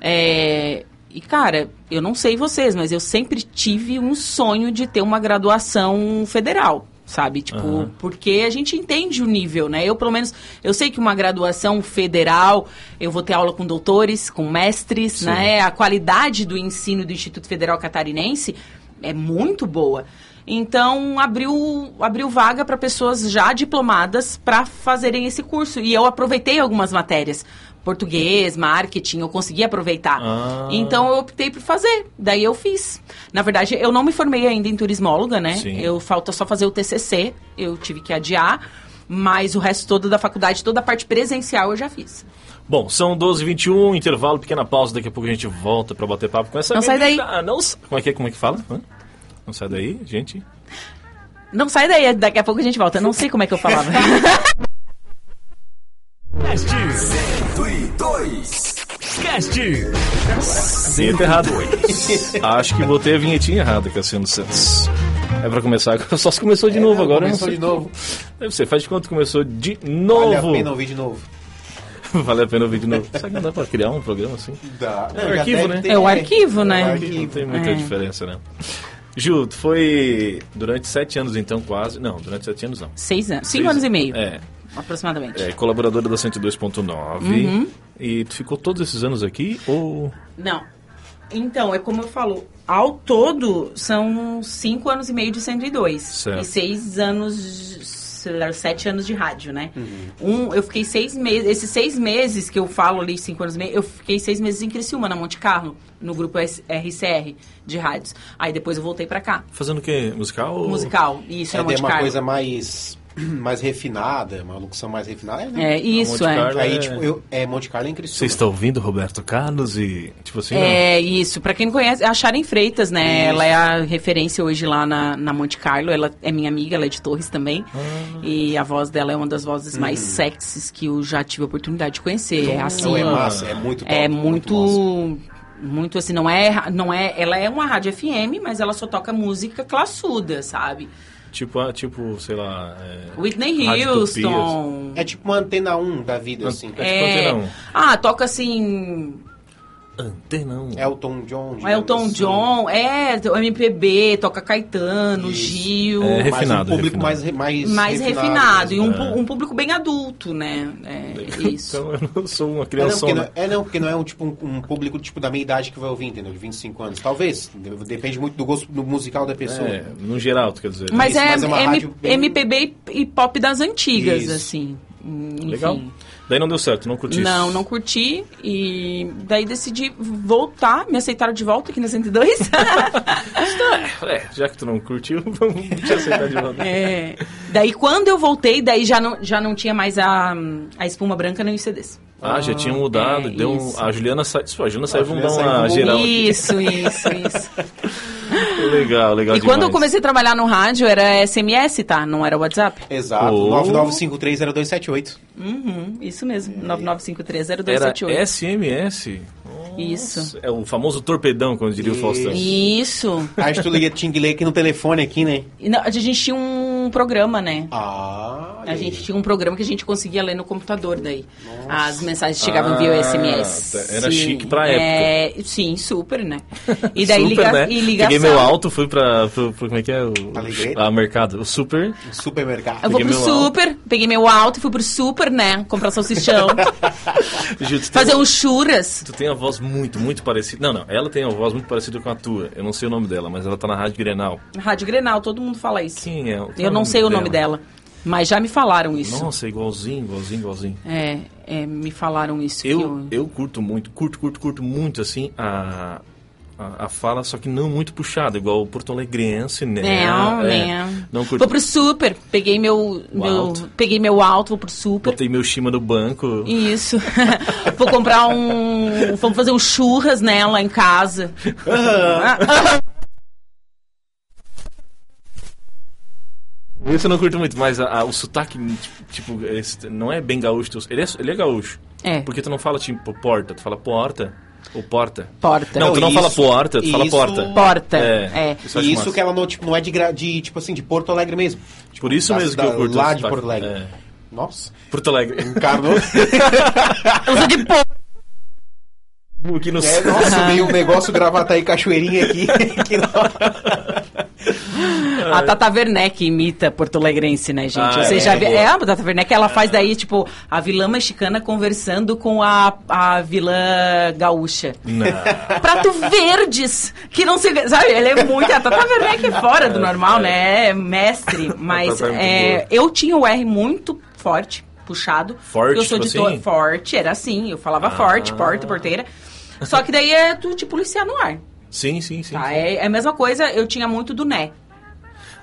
Speaker 4: é, E, cara, eu não sei vocês, mas eu sempre tive um sonho de ter uma graduação federal, sabe? Tipo,
Speaker 2: Aham.
Speaker 4: porque a gente entende o nível, né? Eu, pelo menos, eu sei que uma graduação federal, eu vou ter aula com doutores, com mestres, né? A qualidade do ensino do Instituto Federal Catarinense é muito boa. Então, abriu, abriu vaga para pessoas já diplomadas para fazerem esse curso. E eu aproveitei algumas matérias. Português, marketing, eu consegui aproveitar.
Speaker 2: Ah.
Speaker 4: Então, eu optei por fazer. Daí, eu fiz. Na verdade, eu não me formei ainda em turismóloga, né?
Speaker 2: Sim.
Speaker 4: Eu falta só fazer o TCC, eu tive que adiar, mas o resto todo da faculdade, toda a parte presencial eu já fiz.
Speaker 2: Bom, são 12h21, intervalo, pequena pausa. Daqui a pouco a gente volta pra bater papo com essa
Speaker 4: Não sai daí.
Speaker 2: menina. Não sa- como, é que, é- como é que fala? Hã? Não sai daí, gente.
Speaker 4: Não sai daí, daqui a pouco a gente volta. Eu não sei como é que eu falava.
Speaker 1: Cast.
Speaker 6: 102.
Speaker 1: Cast.
Speaker 2: Vinheta errada. Acho que botei a vinhetinha errada, Cassiano Santos. É pra começar agora. Só se começou de novo agora.
Speaker 3: É, Começou
Speaker 2: não sei.
Speaker 3: de novo.
Speaker 2: Deve ser, faz de conta que começou de
Speaker 3: Vale a
Speaker 2: novo.
Speaker 3: pena ouvir de novo.
Speaker 2: Vale a pena ouvir de novo. Será que não dá pra criar um programa assim?
Speaker 3: Dá.
Speaker 2: É o arquivo, né?
Speaker 4: É o arquivo, né?
Speaker 3: o
Speaker 2: Não
Speaker 3: arquivo.
Speaker 2: tem muita
Speaker 4: É.
Speaker 2: diferença, né? Ju, tu foi durante sete anos então, quase. Não, durante sete anos não.
Speaker 4: Seis anos, cinco
Speaker 2: Seis-
Speaker 4: Um anos e meio,
Speaker 2: É,
Speaker 4: aproximadamente.
Speaker 2: é colaboradora da 102.9.
Speaker 4: Uhum.
Speaker 2: E tu ficou todos esses anos aqui ou.
Speaker 4: Não. Então, é como eu falo, ao todo são cinco anos e meio de 102.
Speaker 2: Certo.
Speaker 4: E seis anos, sei lá, sete anos de rádio, né?
Speaker 3: Uhum.
Speaker 4: Um, eu fiquei seis meses, esses seis meses que eu falo ali, cinco anos e meio, eu fiquei seis meses em Criciúma, na Monte Carlo, no grupo S- RCR de rádios. Aí depois eu voltei pra cá,
Speaker 2: Fazendo o quê? Musical? ou-
Speaker 4: musical, e isso
Speaker 3: É,
Speaker 4: na
Speaker 3: daí é
Speaker 4: Monte
Speaker 3: uma
Speaker 4: Carlo.
Speaker 3: coisa mais, mais refinada, uma locução mais refinada. né?
Speaker 4: É, isso,
Speaker 2: Monte
Speaker 4: é.
Speaker 2: Carlo.
Speaker 3: Aí,
Speaker 2: É.
Speaker 3: tipo, eu, é Monte Carlo em
Speaker 2: Você
Speaker 3: Criciúma.
Speaker 2: está ouvindo Roberto Carlos e. Tipo assim, não.
Speaker 4: É, isso. Pra quem não conhece, é a Sharon Freitas, né?
Speaker 3: Isso.
Speaker 4: Ela é a referência hoje lá na, na Monte Carlo. Ela é minha amiga, ela é de Torres também.
Speaker 3: Ah.
Speaker 4: E a voz dela é uma das vozes mais sexys que eu já tive a oportunidade de conhecer. É assim,
Speaker 3: Uhum. Não, é
Speaker 4: ó,
Speaker 3: massa, é muito top,
Speaker 4: é
Speaker 3: massa.
Speaker 4: muito muito assim, não é, não é, ela é uma rádio FM, mas ela só toca música classuda, sabe?
Speaker 2: Tipo, ah, tipo, sei lá. é,
Speaker 4: Whitney
Speaker 2: Rádio
Speaker 4: Houston.
Speaker 3: É tipo uma antena 1 da vida, assim.
Speaker 2: É tipo antena um.
Speaker 4: Ah, toca assim,
Speaker 2: Antena 1.
Speaker 3: Elton John. digamos
Speaker 4: Um Elton
Speaker 3: assim.
Speaker 4: John, é, o MPB, toca Caetano,
Speaker 3: Isso.
Speaker 4: Gil.
Speaker 2: É,
Speaker 3: Mas
Speaker 2: refinado,
Speaker 3: um público
Speaker 2: refinado.
Speaker 3: Mais, re- mais, né?
Speaker 4: mais refinado, e um,
Speaker 2: É.
Speaker 4: pu- um público bem adulto, né? É, isso.
Speaker 2: Então eu não sou uma
Speaker 3: É não,
Speaker 2: criança.
Speaker 3: porque não, é não, porque não é um, tipo, um, um público tipo, da minha idade que vai ouvir, entendeu? De 25 anos. Talvez. Depende muito do gosto do musical da pessoa.
Speaker 2: É, no geral, tu quer dizer. né?
Speaker 4: Mas
Speaker 3: Isso,
Speaker 4: é,
Speaker 3: mas é uma
Speaker 4: M-
Speaker 3: rádio bem-
Speaker 4: MPB e e pop das antigas,
Speaker 3: Isso.
Speaker 4: assim. Hum, Enfim.
Speaker 2: Legal. Daí não deu certo, não curti isso.
Speaker 4: Não, não curti. E daí decidi voltar. Me aceitaram de volta aqui na 102.
Speaker 2: É, já que tu não curtiu, vamos te aceitar de volta.
Speaker 4: É. Daí quando eu voltei, daí já não, já não tinha mais a, a espuma branca nem os CDs.
Speaker 2: Ah, já tinha mudado.
Speaker 4: é,
Speaker 2: deu um-
Speaker 4: isso.
Speaker 2: a Juliana saiu. A Juliana saiu, vamos
Speaker 3: Juliana
Speaker 2: dar
Speaker 3: saiu um
Speaker 2: uma
Speaker 3: com o
Speaker 2: geral. aqui.
Speaker 4: Isso, isso, isso.
Speaker 2: Legal, legal.
Speaker 4: E quando eu
Speaker 2: demais.
Speaker 4: comecei a trabalhar no rádio, era SMS, tá? Não era WhatsApp.
Speaker 3: Exato.
Speaker 2: Ou-
Speaker 3: 99530278.
Speaker 4: Uhum, isso mesmo. 99530278.
Speaker 2: É. Era SMS.
Speaker 4: Isso.
Speaker 2: É o famoso torpedão, como diria o Faustão.
Speaker 4: Isso.
Speaker 3: Aí tu liga tinguilei aqui no telefone aqui, né?
Speaker 4: E não, a gente tinha um programa, né?
Speaker 3: Ah,
Speaker 4: A
Speaker 3: e-
Speaker 4: gente tinha um programa que a gente conseguia ler no computador daí. As mensagens chegavam via
Speaker 2: Ah,
Speaker 4: SMS.
Speaker 2: tá. Era chique pra
Speaker 4: É, sim, super, né? E daí
Speaker 2: super,
Speaker 4: liga,
Speaker 2: né?
Speaker 4: e ligação.
Speaker 2: Peguei meu alto, fui pra. pro- pro- como é que é? O,
Speaker 3: Alegrete?
Speaker 2: ah, mercado. O super.
Speaker 3: Supermercado.
Speaker 4: Eu vou pro
Speaker 2: Peguei meu alto.
Speaker 4: super, peguei meu alto, fui pro super, né? Comprar salsichão,
Speaker 2: Gil, tu tem-
Speaker 4: fazer uns churras.
Speaker 2: Tu tem a voz muito, muito parecida. Não, não. Ela tem a voz muito parecida com a tua. Eu não sei o nome dela, mas ela tá na Rádio Grenal.
Speaker 4: Rádio Grenal, todo mundo fala isso.
Speaker 2: Quem é? Qual é
Speaker 4: Eu não sei o nome dela, mas já me falaram isso.
Speaker 2: Nossa, igualzinho, igualzinho, igualzinho.
Speaker 4: É, é, me falaram isso. que
Speaker 2: Eu, eu curto muito, curto, curto, curto muito, assim, a, a, a fala, só que não muito puxada, igual o Porto Alegrense, né?
Speaker 4: Não,
Speaker 2: É,
Speaker 4: né?
Speaker 2: Não curto.
Speaker 4: Vou pro super, peguei meu, meu
Speaker 2: alto.
Speaker 4: peguei meu alto, vou pro super.
Speaker 2: Botei meu Shima no banco.
Speaker 4: Isso. vou comprar um, vamos fazer um churras né, lá em casa.
Speaker 2: Isso eu não curto muito, mas a- a- o sotaque, tipo, esse não é bem gaúcho. teu- Ele é, ele é gaúcho.
Speaker 4: É.
Speaker 2: Porque tu não fala, tipo, porta, tu fala porta ou porta.
Speaker 4: Porta.
Speaker 2: Não, tu não
Speaker 3: Isso-
Speaker 2: fala porta, tu fala
Speaker 3: isso-
Speaker 2: porta.
Speaker 4: Porta.
Speaker 2: É.
Speaker 4: É.
Speaker 2: eu acho
Speaker 3: E isso
Speaker 2: massa.
Speaker 3: que ela não, tipo, não é de, gra- de, tipo assim, de Porto Alegre mesmo. Tipo,
Speaker 2: Por isso
Speaker 3: da-
Speaker 2: mesmo que
Speaker 3: da-
Speaker 2: eu curto
Speaker 3: Lá
Speaker 2: esse
Speaker 3: de
Speaker 2: sotaque.
Speaker 3: Porto Alegre.
Speaker 2: É.
Speaker 3: Nossa.
Speaker 2: Porto Alegre.
Speaker 3: Encarnou.
Speaker 4: Eu sou de porra.
Speaker 2: que não
Speaker 3: É, nossa, veio um negócio gravata aí, cachoeirinha aqui. que não-
Speaker 4: A Tata Werneck imita Porto Alegrense, né, gente?
Speaker 2: É. Ah,
Speaker 4: Você
Speaker 2: é,
Speaker 4: já vi-
Speaker 2: boa.
Speaker 4: é, a Tata Werneck, ela faz daí, tipo, a vilã mexicana conversando com a, a vilã gaúcha. Prato verdes, que não se... Sabe, ela é muito... A Tata Werneck é fora do normal, né? É mestre, mas
Speaker 2: Tata é muito
Speaker 4: é,
Speaker 2: boa.
Speaker 4: eu tinha o R muito forte, puxado.
Speaker 2: Forte,
Speaker 4: Eu sou
Speaker 2: tipo
Speaker 4: de to-
Speaker 2: assim? Ah.
Speaker 4: Forte, era assim, eu falava forte, porta, porteira. Só que daí é tu, tipo, policiar no ar.
Speaker 2: Sim, sim, sim.
Speaker 4: Tá, é, é a mesma coisa, eu tinha muito do né.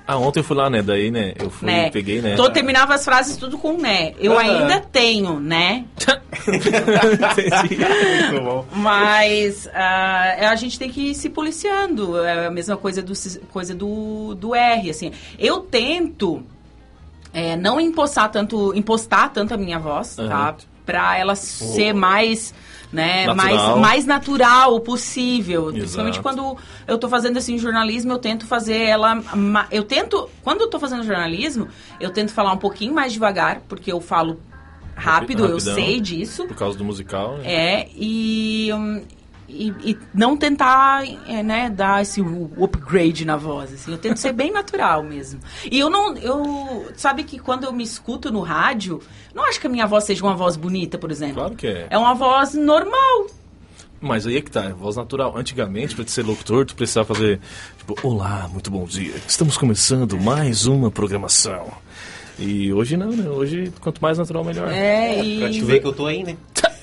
Speaker 2: Ah, ontem eu fui lá, né? Daí, né? Eu fui,
Speaker 4: né?
Speaker 2: peguei, né?
Speaker 4: Tô, terminava as frases tudo com né. Eu
Speaker 2: Ah.
Speaker 4: ainda tenho, né?
Speaker 2: Entendi. Muito bom.
Speaker 4: Mas ah, a gente tem que ir se policiando. É a mesma coisa do, cis- coisa do, do R, assim. Eu tento é, não empostar tanto, impostar tanto a minha voz,
Speaker 2: Aham.
Speaker 4: tá? Pra ela ser mais, né,
Speaker 2: Natural.
Speaker 4: mais, mais natural possível. Principalmente
Speaker 2: Exato.
Speaker 4: quando eu tô fazendo, assim, jornalismo, eu tento fazer ela... ma- Eu tento... Quando eu tô fazendo jornalismo, eu tento falar um pouquinho mais devagar, porque eu falo rápido, eu
Speaker 2: Rapidão.
Speaker 4: sei disso.
Speaker 2: Por causa do musical. né?
Speaker 4: É, e, hum, e, e não tentar, é, né, dar esse u- upgrade na voz, assim. Eu tento ser bem natural mesmo. E eu não, eu... Sabe que quando eu me escuto no rádio, não acho que a minha voz seja uma voz bonita, por exemplo.
Speaker 2: Claro que é.
Speaker 4: É uma voz normal.
Speaker 2: Mas aí é que tá, é voz natural. Antigamente, pra te ser locutor, tu precisava fazer, tipo, olá, muito bom dia. Estamos começando mais uma programação. E hoje não, né? Hoje, quanto mais natural, melhor.
Speaker 4: É,
Speaker 3: pra te
Speaker 4: e...
Speaker 3: ver que eu tô aí, né?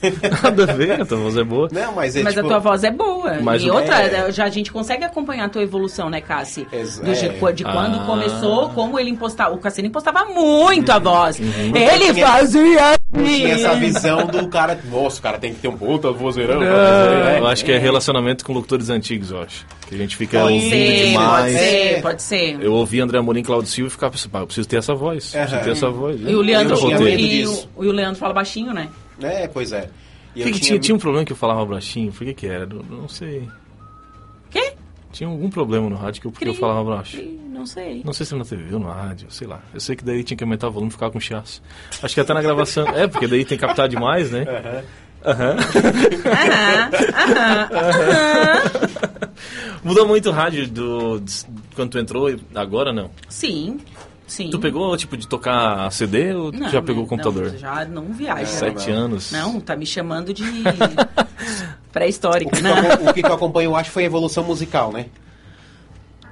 Speaker 2: Nada a ver, a tua voz é boa.
Speaker 3: Não, mas é
Speaker 4: Mas
Speaker 3: tipo...
Speaker 4: a tua voz é boa.
Speaker 2: Mas
Speaker 4: e
Speaker 2: o-
Speaker 4: outra,
Speaker 3: é.
Speaker 4: já a gente consegue acompanhar a tua evolução, né, Cassi?
Speaker 3: Exa-
Speaker 4: Do, de,
Speaker 3: é.
Speaker 4: de quando
Speaker 2: Ah.
Speaker 4: começou, como ele impostava. O Cassino impostava muito a voz. Ele
Speaker 3: tinha-
Speaker 4: fazia assim.
Speaker 3: Tinha essa visão do cara... Nossa, o cara tem que ter um puta vozeirão. pra fazer, né?
Speaker 2: Eu acho que é relacionamento com locutores antigos, eu acho. Que a gente fica
Speaker 3: Pode
Speaker 2: ouvindo
Speaker 3: ser,
Speaker 4: pode
Speaker 2: demais. É.
Speaker 4: ser, pode ser.
Speaker 2: Eu ouvi André Amorim e Claudio Silva e ficava pensando, "Pá, eu preciso ter essa voz. Preciso
Speaker 3: Aham.
Speaker 2: ter essa voz.
Speaker 4: E o Leandro,
Speaker 2: Eu
Speaker 3: tinha
Speaker 2: voltei.
Speaker 3: medo
Speaker 4: e,
Speaker 3: disso.
Speaker 4: o, e o Leandro fala baixinho, né?
Speaker 3: É, pois é.
Speaker 2: Por
Speaker 3: E eu
Speaker 2: que que tinha, tinha um problema que eu falava baixinho? Por que que era? Não, não sei.
Speaker 4: Quê?
Speaker 2: Tinha algum problema no rádio que eu, porque eu
Speaker 4: Cri,
Speaker 2: falava baixo.
Speaker 4: cri, Não sei.
Speaker 2: Não sei se é na TV ou no rádio, sei lá. Eu sei que daí tinha que aumentar o volume e ficava com chiaço. Acho que até na gravação. É, porque daí tem que captar demais, né?
Speaker 4: Aham, aham.
Speaker 2: Mudou muito o rádio do, de- quando tu entrou e agora não.
Speaker 4: Sim, sim.
Speaker 2: Tu pegou, tipo, de tocar CD ou tu
Speaker 4: Não,
Speaker 2: já pegou
Speaker 4: não,
Speaker 2: o computador?
Speaker 4: já não viaja.
Speaker 2: Sete
Speaker 3: não.
Speaker 2: anos.
Speaker 4: Não, tá me chamando de
Speaker 3: O
Speaker 4: pré-histórico.
Speaker 3: que, tu
Speaker 4: Não.
Speaker 3: acom- o que tu acompanha, eu acho, foi a evolução musical, né?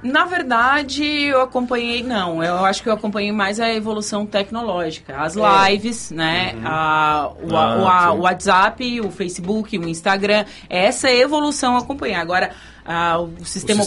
Speaker 4: Na verdade, eu acompanhei, não, eu acho que eu acompanhei mais a evolução tecnológica. As lives, né? a- o, a- o a-
Speaker 2: É. Uhum. Ah, sim.
Speaker 4: o WhatsApp, o Facebook, o Instagram. Essa evolução eu acompanhei. Agora, ah, o
Speaker 2: sistema
Speaker 4: sistema
Speaker 2: que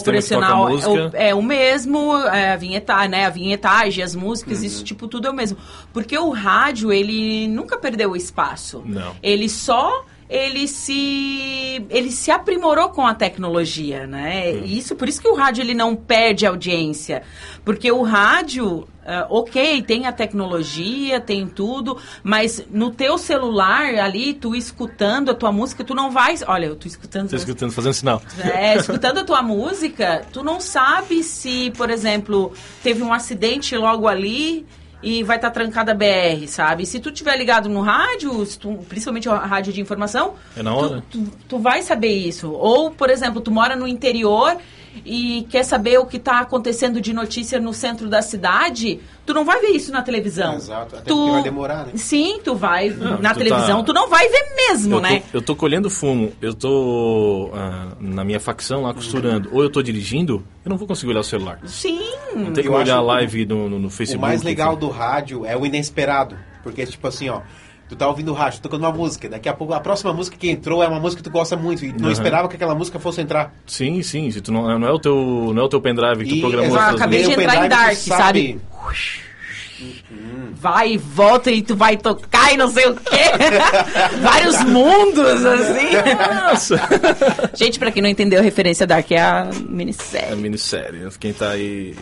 Speaker 2: toca
Speaker 4: operacional é
Speaker 2: a
Speaker 4: o,
Speaker 2: música.
Speaker 4: é o mesmo, é a vinheta, né? A vinhetagem, as músicas,
Speaker 2: Uhum.
Speaker 4: isso tipo tudo é o mesmo. Porque o rádio, ele nunca perdeu o espaço.
Speaker 2: Não.
Speaker 4: Ele só ele se ele se aprimorou com a tecnologia, né? E Isso por isso que o rádio ele não perde audiência, porque o rádio ah, ok, tem a tecnologia, tem tudo, mas no teu celular ali, tu escutando a tua música, tu não vai. Olha, eu tô escutando.
Speaker 2: Tô
Speaker 4: música.
Speaker 2: escutando, fazendo sinal.
Speaker 4: É, escutando a tua música, tu não sabe se, por exemplo, teve um acidente logo ali e vai estar trancada a BR, sabe? Se tu tiver ligado no rádio, se tu- principalmente a rádio de informação,
Speaker 2: É na
Speaker 4: tu-
Speaker 2: hora.
Speaker 4: Tu, tu vai saber isso. Ou, por exemplo, tu mora no interior e quer saber o que está acontecendo de notícia no centro da cidade, tu não vai ver isso na televisão.
Speaker 3: Exato, até porque vai demorar, né?
Speaker 4: Sim, tu vai
Speaker 2: Não,
Speaker 4: na
Speaker 2: tu
Speaker 4: televisão,
Speaker 2: tá-
Speaker 4: tu não vai ver mesmo,
Speaker 2: Eu tô,
Speaker 4: né?
Speaker 2: eu tô colhendo fumo, eu tô ah, na minha facção lá costurando, ou eu tô dirigindo, eu não vou conseguir olhar o celular.
Speaker 4: Sim.
Speaker 2: Não tem
Speaker 3: Eu
Speaker 2: como olhar a
Speaker 3: acho que
Speaker 2: live no, no, no Facebook.
Speaker 3: O mais legal
Speaker 2: enfim.
Speaker 3: do rádio é o inesperado. Porque, tipo assim, ó, tu tá ouvindo rádio, tocando uma música, daqui a pouco a próxima música que entrou é uma música que tu gosta muito e tu não
Speaker 2: Uhum.
Speaker 3: esperava que aquela música fosse entrar.
Speaker 2: Sim, sim. Se tu não, não é o teu, não é o teu pendrive que tu
Speaker 3: E-
Speaker 2: programou.
Speaker 3: exato,
Speaker 2: essas
Speaker 4: Ah, acabei
Speaker 2: músicas.
Speaker 4: de
Speaker 3: meio
Speaker 4: entrar em
Speaker 3: pendrive,
Speaker 4: Dark,
Speaker 3: tu
Speaker 4: sabe?
Speaker 3: sabe.
Speaker 4: Vai e volta e tu vai tocar e não sei o quê. Vários mundos, assim.
Speaker 2: Nossa!
Speaker 4: Gente, pra quem não entendeu a referência Dark é a
Speaker 2: É
Speaker 4: minissérie.
Speaker 2: minissérie, né? quem tá aí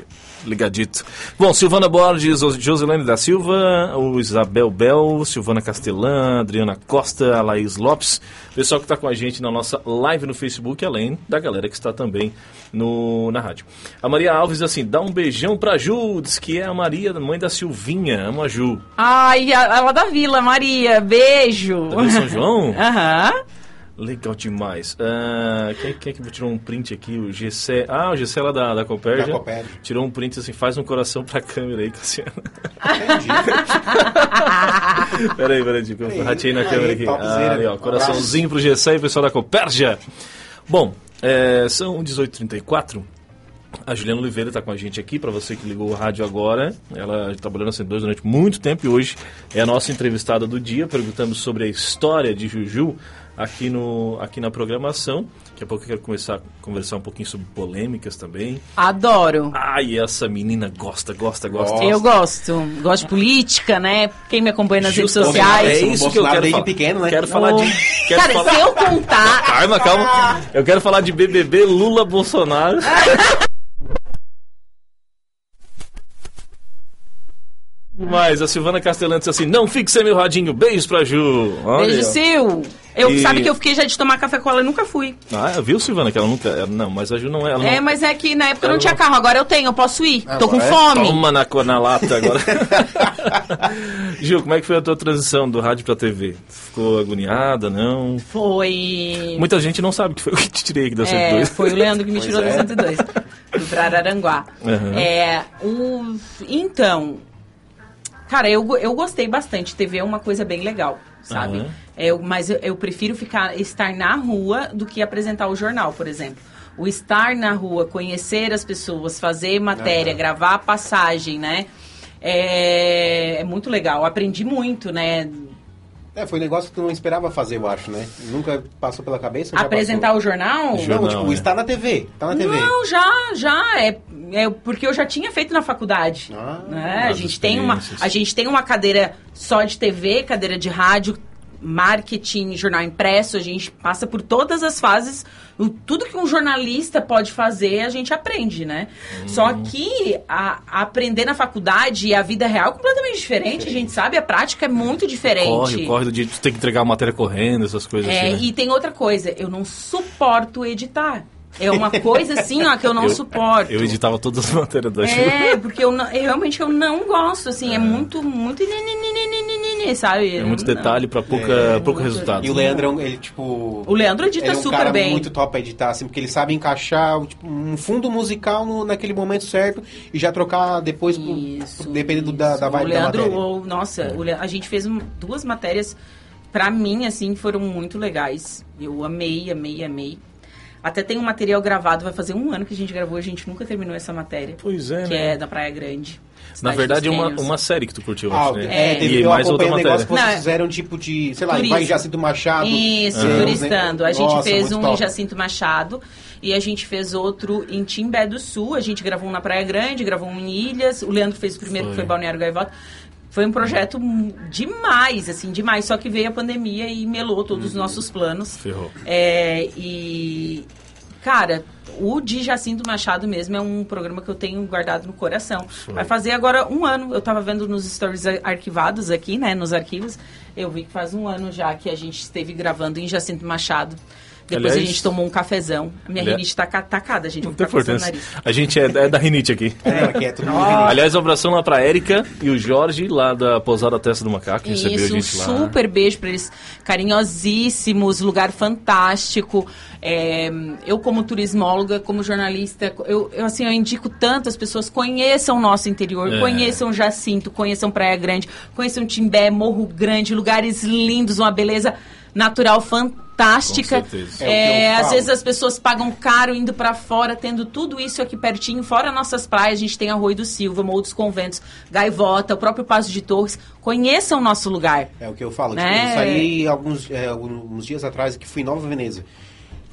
Speaker 2: ligadito. Bom, Silvana Borges, Jos- Josilene da Silva, o Isabel Bel, Silvana Castelã, Adriana Costa, a Laís Lopes, pessoal que tá com a gente na nossa live no Facebook, além da galera que está também no, na rádio. A Maria Alves, assim, dá um beijão pra Ju, diz que é a Maria, mãe da Silvinha, ama a Ju.
Speaker 4: Ai, a- ela da Vila, Maria, beijo.
Speaker 2: Também São João?
Speaker 4: Aham.
Speaker 2: Legal demais. Ah, quem, quem é que tirou um print aqui? O GC. Ah, o GC lá da, da Copérgia.
Speaker 3: Da Copérgia.
Speaker 2: Tirou um print assim, faz um coração pra câmera aí, Cassiano. peraí, peraí, tipo, eu ratei na
Speaker 3: Aí,
Speaker 2: câmera aqui.
Speaker 3: topzera. um
Speaker 2: Ah, ali, ó, coraçãozinho pro GC e pessoal da Copérgia. Bom, é, são 18h34. A Juliana Oliveira está com a gente aqui, para você que ligou o rádio agora. Ela trabalhou na C2 durante muito tempo e hoje é a nossa entrevistada do dia. Perguntamos sobre a história de Juju aqui, no, aqui na programação. Daqui a pouco eu quero começar a conversar um pouquinho sobre polêmicas também.
Speaker 4: Adoro.
Speaker 2: Ai, essa menina gosta, gosta, gosta.
Speaker 4: Eu gosto. Gosto de política, né? Quem me acompanha nas redes
Speaker 2: Justamente,
Speaker 4: sociais.
Speaker 2: É isso que eu
Speaker 3: Bolsonaro
Speaker 2: quero
Speaker 3: desde
Speaker 2: falar.
Speaker 3: pequeno, né?
Speaker 2: Quero falar de... Quero
Speaker 4: Cara,
Speaker 2: falar...
Speaker 4: se eu Ah. contar.
Speaker 2: Calma, calma. Eu quero falar de BBB, Lula, Bolsonaro. Mas a Silvana Castelã disse assim: não fique sem meu radinho. Beijos pra Ju. Olha.
Speaker 4: Beijo, Sil. Eu,
Speaker 2: E-
Speaker 4: Sabe que eu fiquei já de tomar café com ela e nunca fui.
Speaker 2: Ah, viu, Silvana, que ela nunca. ela- Não, mas a Ju não é. Ela não...
Speaker 4: É, mas é que na época eu não
Speaker 2: Ela
Speaker 4: tinha
Speaker 2: não- Ah,
Speaker 4: carro, agora eu tenho, eu posso ir. Tô com
Speaker 3: Agora é?
Speaker 4: fome.
Speaker 2: Toma na, co- na lata agora. Ju, como é que foi a tua transição do rádio pra TV? Ficou agoniada, não?
Speaker 4: Foi.
Speaker 2: Muita gente não sabe que foi o que te tirei aqui da
Speaker 4: É,
Speaker 2: C2.
Speaker 4: foi o Leandro que me
Speaker 3: Pois
Speaker 4: tirou
Speaker 3: é.
Speaker 4: da 102, do Brararanguá.
Speaker 2: Aham.
Speaker 4: É, o, então, cara, eu, go- eu gostei bastante. TV é uma coisa bem legal, sabe?
Speaker 2: Aham.
Speaker 4: É, eu- mas eu, eu prefiro ficar estar na rua do que apresentar o jornal, por exemplo. O estar na rua, conhecer as pessoas, fazer matéria, gravar a passagem, né? É, é muito legal. Aprendi muito, né?
Speaker 3: É, foi um negócio que eu não esperava fazer, eu acho, né? Nunca passou pela cabeça. já
Speaker 4: apresentar o jornal.
Speaker 2: Ju-
Speaker 3: passou? Não,
Speaker 2: Jornal,
Speaker 3: tipo,
Speaker 2: né?
Speaker 3: está na TV. Tá na TV.
Speaker 4: Não, já, já. É, é porque eu já tinha feito na faculdade.
Speaker 3: Ah,
Speaker 4: né? A
Speaker 2: as
Speaker 4: gente tem uma,
Speaker 2: experiências.
Speaker 4: a gente tem uma cadeira só de TV, cadeira de rádio, marketing, jornal impresso. A gente passa por todas as fases. O- tudo que um jornalista pode fazer, a gente aprende, né? Só
Speaker 2: Uhum.
Speaker 4: que a- a aprender na faculdade e a vida real é completamente diferente. A gente sabe, a prática é muito diferente.
Speaker 2: Corre, corre do dia que tu tem que entregar a matéria correndo, essas coisas
Speaker 4: É,
Speaker 2: assim. né?
Speaker 4: e tem outra coisa, eu não suporto editar. É uma coisa assim, ó, que eu não
Speaker 2: Eu-
Speaker 4: suporto.
Speaker 2: Eu editava todas as matérias da Ju.
Speaker 4: É, porque eu, não- eu realmente eu não gosto, assim, é, muito, muito, ninininininini, sabe?
Speaker 2: Ah. É muito detalhe pra pouca, pouco resultado.
Speaker 3: E o Leandro, é um- ele, tipo...
Speaker 4: O Leandro edita
Speaker 3: ele é um
Speaker 4: super
Speaker 3: cara
Speaker 4: bem.
Speaker 3: muito top pra editar, assim, porque ele sabe encaixar o, tipo, um fundo musical no- naquele momento certo e já trocar depois, pro-
Speaker 4: Isso,
Speaker 3: pro- dependendo da, da
Speaker 4: isso.
Speaker 3: vibe
Speaker 4: o
Speaker 3: da
Speaker 4: Leandro,
Speaker 3: matéria.
Speaker 4: ou- nossa, o Le- a gente fez um- duas matérias, pra mim, assim, foram muito legais. Eu amei, amei, amei. Até tem um material gravado, vai fazer um ano que a gente gravou, a gente nunca terminou essa matéria.
Speaker 2: Pois é,
Speaker 4: que
Speaker 2: né?
Speaker 4: é da Praia Grande.
Speaker 2: Na
Speaker 4: Cidade
Speaker 2: verdade, é
Speaker 4: dos
Speaker 2: uma,
Speaker 4: Gênios.
Speaker 2: uma série que tu curtiu, eu
Speaker 3: Ah,
Speaker 2: acho, né?
Speaker 3: é, teve,
Speaker 2: e
Speaker 3: eu
Speaker 2: mais outra
Speaker 3: acompanhei um
Speaker 2: matéria.
Speaker 3: negócio que vocês
Speaker 4: Não, é-
Speaker 3: fizeram, tipo, de, sei lá,
Speaker 4: Turismo.
Speaker 3: vai em Jacinto Machado.
Speaker 4: Isso,
Speaker 3: Fizemos, né?
Speaker 4: turistando. A gente
Speaker 3: Nossa,
Speaker 4: fez
Speaker 3: muito
Speaker 4: um em
Speaker 3: top.
Speaker 4: Jacinto Machado e a gente fez outro em Timbé do Sul. A gente gravou um na Praia Grande, gravou um em Ilhas. O Leandro fez o primeiro, que
Speaker 2: Foi.
Speaker 4: foi Balneário Gaivota. Foi um projeto mu- demais, assim, demais. Só que veio a pandemia e melou todos
Speaker 3: Uhum.
Speaker 4: os nossos planos.
Speaker 2: Ferrou.
Speaker 4: É, e. Cara, o de Jacinto Machado mesmo é um programa que eu tenho guardado no coração. Vai fazer agora um ano. Eu tava vendo nos stories ar- arquivados aqui, né? Nos arquivos. Eu vi que faz um ano já que a gente esteve gravando em Jacinto Machado. Depois
Speaker 2: Aliás-
Speaker 4: a gente tomou um cafezão. A minha
Speaker 2: Aliás-
Speaker 4: rinite tá ca- tacada, gente. Eu
Speaker 2: Não tem
Speaker 4: vou ficar coçando o
Speaker 2: importância.
Speaker 4: nariz.
Speaker 2: A gente é, é da Rinite aqui.
Speaker 3: É, que é tudo muito
Speaker 2: Aliás, um abração lá pra Érica e o Jorge, lá da Pousada Testa do Macaco, que recebeu a
Speaker 4: Isso, um
Speaker 2: gente lá.
Speaker 4: super beijo pra eles, carinhosíssimos, lugar fantástico. É, eu como turismóloga, como jornalista, eu, eu, assim eu indico tanto as pessoas conheçam o nosso interior,
Speaker 2: É.
Speaker 4: conheçam Jacinto, conheçam Praia Grande, conheçam Timbé, Morro Grande, lugares lindos, uma beleza natural fantástica.
Speaker 2: Com certeza.
Speaker 3: É o que
Speaker 4: É,
Speaker 3: eu
Speaker 4: às
Speaker 3: falo.
Speaker 4: vezes as pessoas pagam caro indo pra fora, tendo tudo isso aqui pertinho. Fora nossas praias, a gente tem Arroio do Silva, Morro dos Conventos, Gaivota, o próprio Passo de Torres. Conheçam o nosso lugar.
Speaker 3: É o que eu falo.
Speaker 4: Né?
Speaker 3: Tipo, eu saí alguns, é, alguns dias atrás que fui em Nova Veneza.